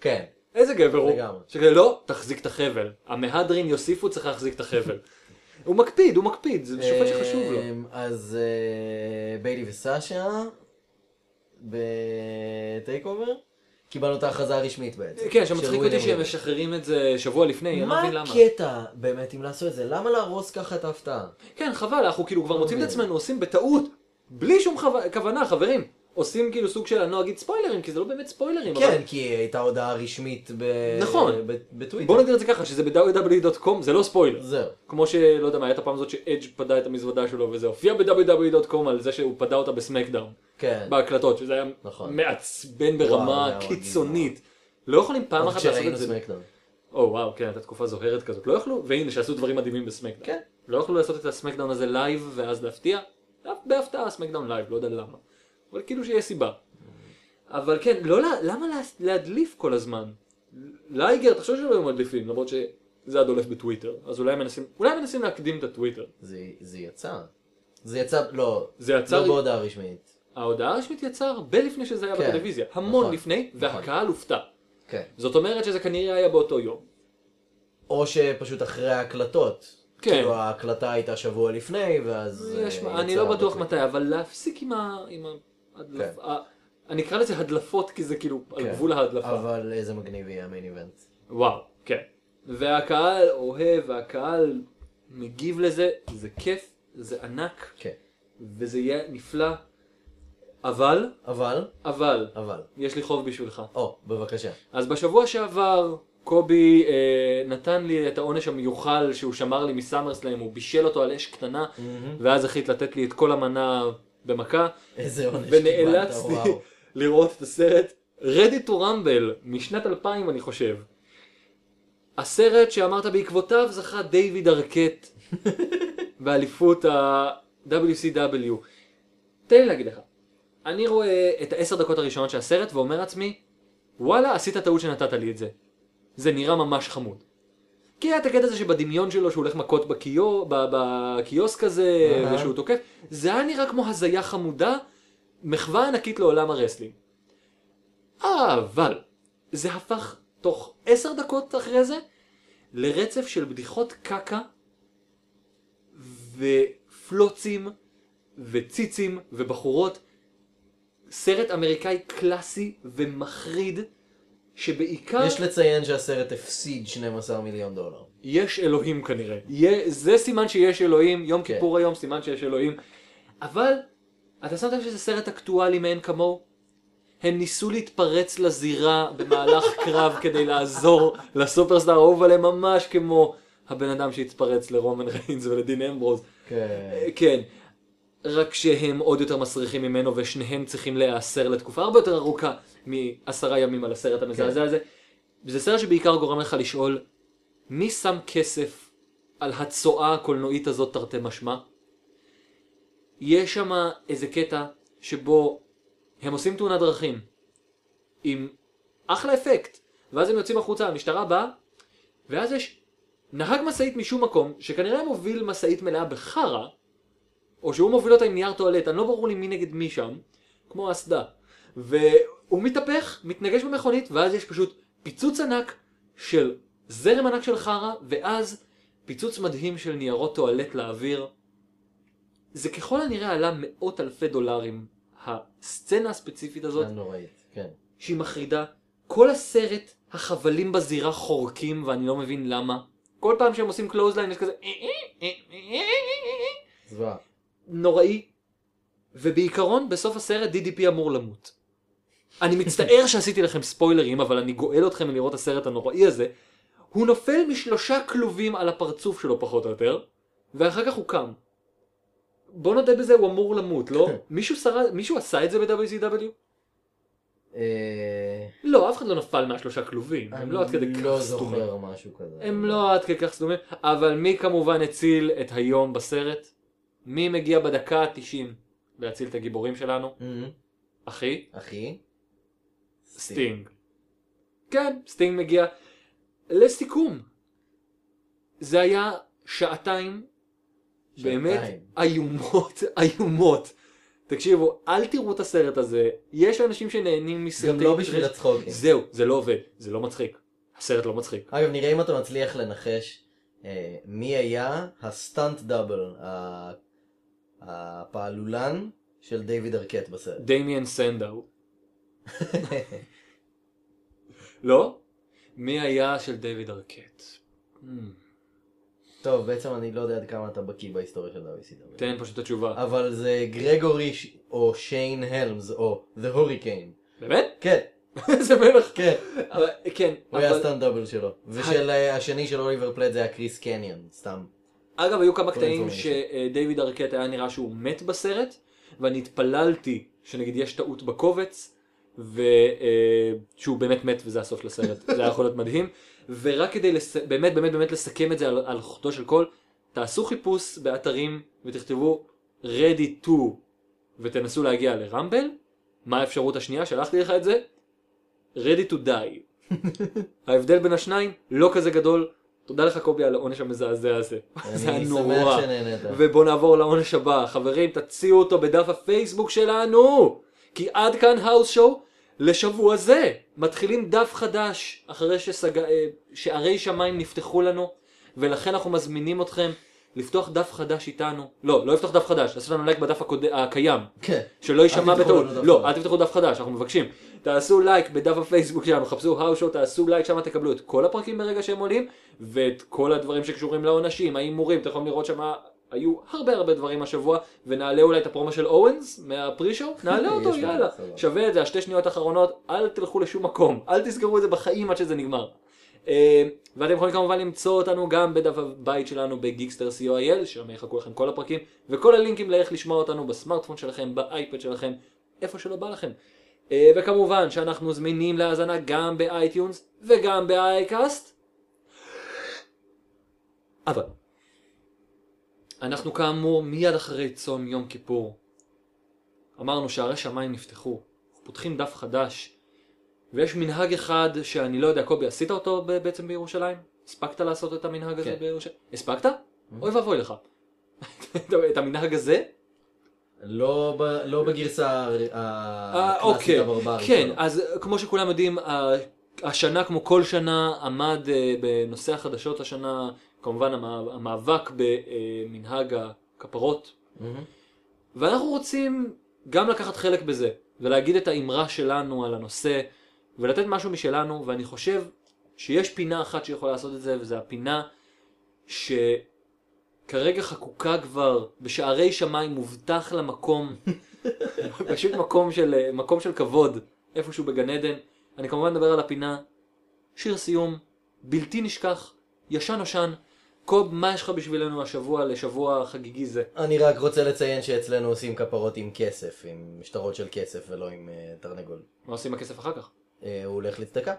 כן.
איזה גבר הוא?
לגמרי.
שכאילו, לא, תחזיק את החבל. המהדרין יוסיפו, צריך להחזיק את החבל. הוא מקפיד, הוא מקפיד, זה שופט שחשוב לו.
אמ, אז אה, ביילי וסאשה בטייק אובר. קיבלנו את ההכרזה הרשמית בעצם.
כן,
של
שמצחיק
ווילי
אותי שהם
ווילי.
משחררים את זה שבוע לפני, אני לא
מה כן?
מבין למה.
הקטע באמת אם לעשות את זה? למה להרוס ככה את ההפתעה?
כן, חבל, אנחנו כאילו כבר מוצאים את
מבין.
עצמנו עושים בטעות, בלי שום חו- כוונה, חברים. עושים כאילו סוג של, אני לא אגיד ספוילרים, כי זה לא באמת ספוילרים. אבל-
כן, כי הייתה הודעה רשמית ב...
נכון.
ב- בטוויטר.
בוא נגדיר את זה ככה, שזה ב-www.com, זה לא ספוילר.
זהו.
כמו שלא יודע מה, הייתה פעם זאת שאדג' פדה את המזוודה שלו וזה הופיע ב-www.com על זה שהוא פדה אותה בסמקדאון.
כן.
בהקלטות, שזה היה
נכון.
מעצבן
וואו, זה
ברמה
היה
קיצונית. לא יכולים פעם
עוד
אחת לעשות
כשראינו
את זה.
סמקדאון.
או וואו, כן, הייתה תקופה זוהרת כזאת. לא יכלו, והנה, שעשו דברים מדהימים בסמקדאון.
כן.
לא יכלו לעשות את הסמקדאון הזה לייב ואז להפתיע. בהפתעה סמקדאון לייב, לא יודע למה. אבל כאילו שיהיה סיבה. אבל כן, לא, לה- למה לה- להדליף כל הזמן? לייגר, תחשוב שלא היו מדליפים, למרות שזה עד הולך בטוויטר. אז אולי הם מנסים, אולי הם מנסים להקדים את הטוויטר.
זה זה יצא. זה יצא, לא.
זה יצא-
לא בהודעה רשמית.
ההודעה הרשמית יצאה הרבה לפני שזה היה
כן.
בטלוויזיה. המון
נכון.
לפני,
נכון.
והקהל הופתע.
כן.
זאת אומרת שזה כנראה היה באותו יום.
או שפשוט אחרי ההקלטות.
כן.
כאילו ההקלטה הייתה שבוע לפני, ואז... אה,
יש,
יצא
אני לא בטוח
בטוויטר.
מתי, אבל להפסיק עם ה... עם ה- הדלפ-
כן.
ה- אני אקרא לזה הדלפות, כי זה כאילו על
כן.
גבול ההדלפה.
אבל איזה מגניב יהיה המיין איבנט.
וואו, כן. והקהל אוהב, והקהל מגיב לזה, זה כיף, זה ענק,
כן.
וזה יהיה נפלא. אבל,
אבל,
אבל,
אבל.
יש לי חוב בשבילך.
או, בבקשה.
אז בשבוע שעבר קובי אה, נתן לי את העונש המיוחל שהוא שמר לי מסאמרסלאם, הוא בישל אותו על אש קטנה, ואז החליט לתת לי את כל המנה במכה,
איזה עונש
ונאלצתי
וואו.
[laughs] לראות את הסרט Ready to Rumble משנת 2000 אני חושב. הסרט שאמרת בעקבותיו זכה דיוויד
[laughs]
ארקט באליפות ה-WCW. תן לי להגיד לך, אני רואה את העשר דקות הראשונות של הסרט ואומר לעצמי, וואלה עשית טעות שנתת לי את זה. זה נראה ממש חמוד. כי היה את הקטע הזה שבדמיון שלו שהוא הולך מכות בקיו- ב- בקיוסק הזה,
אהה.
ושהוא תוקף, זה היה נראה כמו הזיה חמודה, מחווה ענקית לעולם הרסלינג. אבל זה הפך תוך עשר דקות אחרי זה לרצף של בדיחות קקה ופלוצים וציצים ובחורות. סרט אמריקאי קלאסי ומחריד, שבעיקר
יש לציין שהסרט הפסיד 12 מיליון דולר.
יש אלוהים כנראה. יה- זה סימן שיש אלוהים, יום
כן.
כיפור היום סימן שיש אלוהים. אבל, אתה שמת לב שזה סרט אקטואלי מאין כמוהו? הם ניסו להתפרץ לזירה
[laughs]
במהלך קרב כדי לעזור לסופרסטאר האהוב עליהם ממש כמו הבן אדם שהתפרץ לרומן ריינס ולדין אמברוז.
כן.
כן, רק שהם עוד יותר מסריחים ממנו ושניהם צריכים להיאסר לתקופה הרבה יותר ארוכה מעשרה ימים על הסרט המזעזע הזה. זה סרט שבעיקר גורם לך לשאול, מי שם כסף על הצואה הקולנועית הזאת תרתי משמע? יש שם איזה קטע שבו הם עושים תאונת דרכים עם אחלה אפקט, ואז הם יוצאים החוצה, המשטרה באה, ואז יש נהג משאית משום מקום, שכנראה מוביל משאית מלאה בחרא, או שהוא מוביל אותה עם נייר טואלט, אני לא ברור לי מי נגד מי שם, כמו האסדה. והוא מתהפך, מתנגש במכונית, ואז יש פשוט פיצוץ ענק של זרם ענק של חרא, ואז פיצוץ מדהים של ניירות טואלט לאוויר. זה ככל הנראה עלה מאות אלפי דולרים, הסצנה הספציפית הזאת,
נוראית. כן.
שהיא מחרידה. כל הסרט, החבלים בזירה חורקים, ואני לא מבין למה. כל פעם שהם עושים קלוזליין יש כזה... אה,
זוועה.
נוראי. ובעיקרון, בסוף הסרט DDP אמור למות. אני מצטער שעשיתי לכם ספוילרים, אבל אני גואל אתכם מלראות הסרט הנוראי הזה. הוא נופל משלושה כלובים על הפרצוף שלו פחות או יותר, ואחר כך הוא קם. בוא נודה בזה, הוא אמור למות, לא? מישהו, שרד, מישהו עשה את זה ב-WCW?
אה,
לא, אף אחד לא נפל מהשלושה כלובים, הם לא עד כדי
אני
כך
לא
סתומים.
זוכר משהו כזה.
הם לא עד כדי כך סתומים, אבל מי כמובן הציל את היום בסרט? מי מגיע בדקה ה-90 להציל את הגיבורים שלנו?
אמ,
אחי?
אחי?
סטינג. כן, סטינג מגיע. לסיכום, זה היה שעתיים באמת
שעתיים.
איומות, [laughs] איומות. תקשיבו, אל תראו את הסרט הזה, יש אנשים שנהנים מסרטים.
גם לא בשביל הצחוקים.
זהו, זה לא עובד, זה לא מצחיק. הסרט לא מצחיק.
אגב, נראה אם אתה מצליח לנחש אה, מי היה הסטאנט דאבל, ה- הפעלולן של דיוויד ארקט בסרט.
דמיאן
[laughs]
סנדאו. לא? מי היה של דיוויד ארקט? Hmm,
טוב, בעצם אני לא יודע עד כמה אתה בקיא בהיסטוריה של ה-WCW.
תן פשוט את התשובה.
אבל זה גרגורי ש- או שיין הלמס או The הוריקיין.
באמת? [laughs]
כן,
איזה מלך.
כן.
אבל- כן,
הוא היה
אבל-
סטאנט דאבל שלו. ושל אה, השני של אוליבר פלט זה היה קריס קניון, סתם.
אגב, היו כמה קטעים
information.
שדייוויד ארקט היה נראה שהוא מת בסרט, ואני התפללתי שנגיד יש טעות בקובץ, ושהוא באמת מת וזה הסוף לסרט, זה היה יכול להיות מדהים. ורק כדי לס... באמת באמת באמת לסכם את זה על, על חוטו של קול, תעשו חיפוש באתרים ותכתבו ready to ותנסו להגיע לרמבל, מה האפשרות השנייה? שלחתי לך את זה? ready to
[laughs]
die. ההבדל בין השניים לא כזה גדול. תודה לך קובי על העונש המזעזע הזה. [laughs] זה היה
אני
נורא.
שמח שנהנית.
ובואו נעבור לעונש הבא. חברים, תציעו אותו בדף הפייסבוק שלנו! כי עד כאן האוס שואו לשבוע זה. מתחילים דף חדש אחרי שסג... אה, שערי שמיים נפתחו לנו, ולכן אנחנו מזמינים אתכם לפתוח דף חדש איתנו. לא, לא לפתוח דף חדש, לעשות לנו לייק בדף הקוד... הקיים.
כן.
שלא יישמע
תפתחו
בטעות.
לנו דף
לא,
חדש.
אל תפתחו דף חדש, אנחנו מבקשים. תעשו לייק בדף הפייסבוק שלנו, חפשו האושו, תעשו לייק, שם תקבלו את כל הפרקים ברגע שהם עולים, ואת כל הדברים שקשורים לעונשים, ההימורים, אתם יכולים לראות שם היו הרבה הרבה דברים השבוע, ונעלה אולי את הפרומו של אורנס מהפרישו, נעלה אותו,
יש לנו,
יאללה.
סבבה.
שווה את זה, השתי שניות האחרונות, אל תלכו לשום מקום, אל תסגרו את זה בחיים עד שזה נגמר. אה, ואתם יכולים כמובן למצוא אותנו גם בדף הבית שלנו בגיקסטר co.il, שם יחכו לכם כל הפרקים, וכל הלינקים לאיך לשמוע אותנו בסמארטפון שלכם, באייפד שלכם, איפה שלא בא לכם. אה, וכמובן שאנחנו זמינים להאזנה גם באייטיונס וגם באייקאסט. אבל, אנחנו כאמור מיד אחרי צום יום כיפור. אמרנו שערי שמיים נפתחו, אנחנו פותחים דף חדש, ויש מנהג אחד שאני לא יודע, קובי, עשית אותו ב- בעצם בירושלים? הספקת לעשות את המנהג הזה
כן.
בירושלים? הספקת? אוי ואבוי לך. [laughs] את המנהג הזה?
לא ב- לא בגרסה ה-
אה,
הקלאסית
אוקיי,
הברברית.
כן,
שלו.
אז אה, כמו שכולם יודעים, ה- השנה כמו כל שנה עמד אה, בנושא החדשות השנה, כמובן המא- המאבק במנהג הכפרות,
מהמם.
ואנחנו רוצים גם לקחת חלק בזה, ולהגיד את האמרה שלנו על הנושא, ולתת משהו משלנו, ואני חושב שיש פינה אחת שיכולה לעשות את זה, וזו הפינה שכרגע חקוקה כבר בשערי שמיים, מובטח לה מקום, פשוט מקום של, מקום של כבוד, איפשהו בגן עדן. אני כמובן מדבר על הפינה, שיר סיום, בלתי נשכח, ישן נושן. קוב, מה יש לך בשבילנו השבוע לשבוע חגיגי זה?
אני רק רוצה לציין שאצלנו עושים כפרות עם כסף, עם שטרות של כסף ולא עם אה, תרנגול.
מה עושים עם הכסף אחר כך?
אה, הוא הולך לצדקה?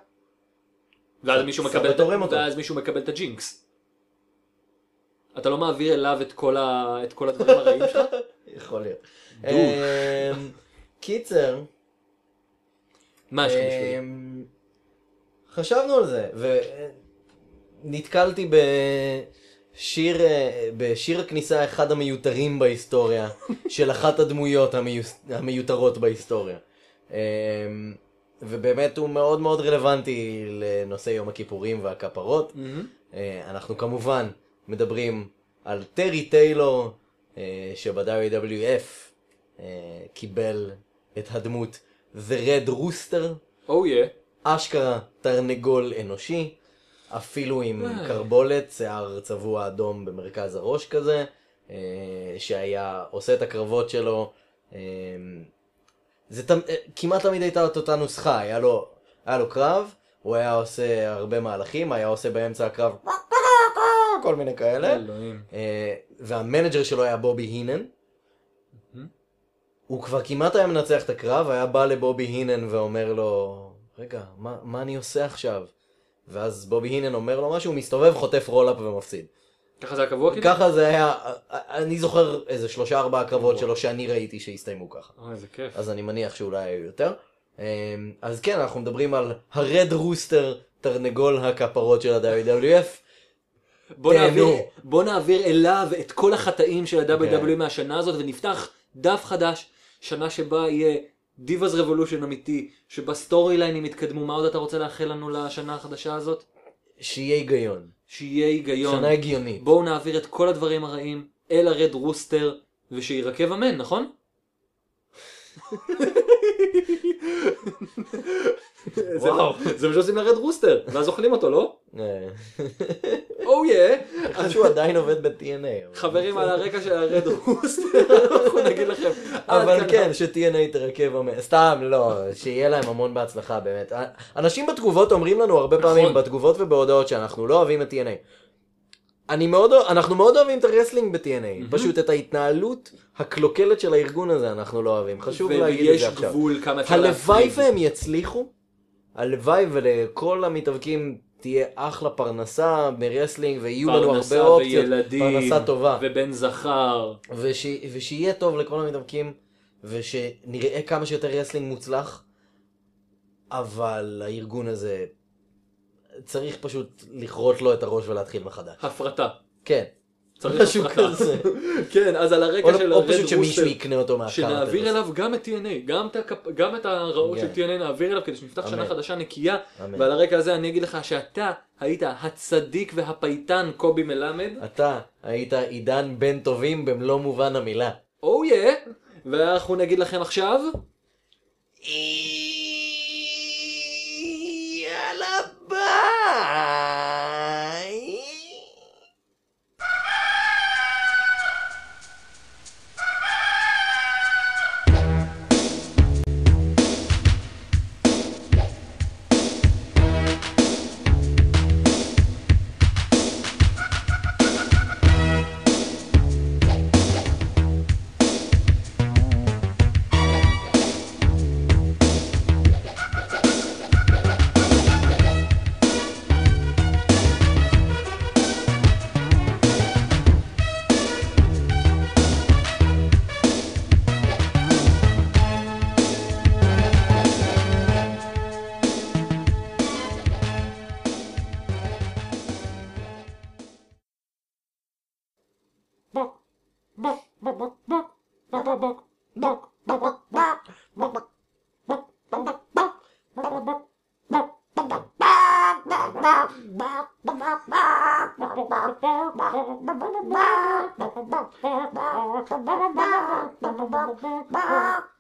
ואז מישהו
סבא
מקבל, את-
תורם אותו.
ואז מישהו מקבל את הג'ינקס. אתה לא מעביר אליו את כל, ה... את כל הדברים הרעים
[laughs]
שלך?
יכול להיות. אמ, קיצר,
מה יש לך בשבילי?
אמ, חשבנו על זה, ונתקלתי בשיר, אה, בשיר הכניסה אחד המיותרים בהיסטוריה, של אחת הדמויות המיוס- המיותרות בהיסטוריה. אמ, ובאמת הוא מאוד מאוד רלוונטי לנושא יום הכיפורים והכפרות.
מהמם.
אה, אנחנו כמובן מדברים על טרי טיילור, אה, שב-WWF אה, קיבל את הדמות The Red Rooster,
או יא.
אשכרה תרנגול אנושי, אפילו עם
וואי.
קרבולת, שיער צבוע אדום במרכז הראש כזה, אה, שהיה עושה את הקרבות שלו. אה, זה תמ- אה, כמעט תמיד הייתה את אותה נוסחה, היה לו, היה לו קרב, הוא היה עושה הרבה מהלכים, היה עושה באמצע הקרב כל מיני כאלה.
אלוהים.
אה, והמנג'ר שלו היה בובי הינן. הוא כבר כמעט היה מנצח את הקרב, היה בא לבובי הינן ואומר לו, רגע, מה, מה אני עושה עכשיו? ואז בובי הינן אומר לו משהו, הוא מסתובב, חוטף רולאפ ומפסיד.
ככה זה היה קבוע כאילו?
ככה זה היה, אה, אני זוכר איזה שלושה ארבעה קרבות שלו שאני ראיתי שהסתיימו ככה.
אוי, אה, איזה כיף.
אז אני מניח שאולי היו יותר. אמ, אז כן, אנחנו מדברים על הרד רוסטר, תרנגול הכפרות של ה-WWF.
בוא
תהנו.
נעביר, בוא נעביר אליו את כל החטאים של ה-WWE מהשנה הזאת ונפתח דף חדש, שנה שבה יהיה דיוואז רבולושן אמיתי, שבה סטורי ליינים יתקדמו, מה עוד אתה רוצה לאחל לנו לשנה החדשה הזאת?
שיהיה היגיון.
שיהיה היגיון.
שנה הגיונית.
בואו נעביר את כל הדברים הרעים אל הרד רוסטר, ושירקב אמן,
[laughs]
נכון? זה-
וואו.
זה מה שעושים לרד רוסטר, ואז אוכלים אותו, לא?
אה,
או יא!
אני חושב שהוא עדיין עובד ב-TNA. אבל-
Oh, חברים על הרקע של
[laughs]
הרד רוסטר, אנחנו נגיד לכם. עד
אבל
כאן.
כן, ש-TNA תרכב, המ- סתם, לא, שיהיה להם המון בהצלחה, באמת. אה, אנשים בתגובות אומרים לנו הרבה
נכון.
פעמים, בתגובות ובהודעות, שאנחנו לא אוהבים את TNA. אני מאוד, אוה- אנחנו מאוד אוהבים את הרסלינג ב-TNA, פשוט את ההתנהלות הקלוקלת של הארגון הזה אנחנו לא אוהבים, חשוב להגיד את זה
ויש
עכשיו.
גבול כמה אפשר
הלוואי
להפריד.
והם יצליחו, הלוואי ולכל המתאבקים תהיה אחלה פרנסה ברסלינג, ויהיו לנו הרבה
פרנסה
אופציות,
וילדים,
פרנסה טובה.
ובן זכר.
וש... ושיהיה טוב לכל המתאבקים, ושנראה כמה שיותר רסלינג מוצלח, אבל הארגון הזה, צריך פשוט לכרות לו את הראש ולהתחיל מחדש.
הפרטה.
כן.
צריך
משהו
הפרטה.
כזה.
[laughs] כן, אז על
או,
הרקע של
או
הרד
פשוט
רוסטר,
שמישהו יקנה אותו מהקארטר.
שנעביר אליו גם את TNA, גם את הקפ- גם את הרעות של
כן.
TNA נעביר אליו כדי שנפתח שנה
אמן.
חדשה נקייה,
אמן.
ועל הרקע הזה אני אגיד לך שאתה היית הצדיק והפייטן קובי מלמד,
אתה היית עידן בן טובים במלוא מובן המילה.
או יא, Oh ואנחנו נגיד לכם עכשיו,
יאללה ביי!
Bye.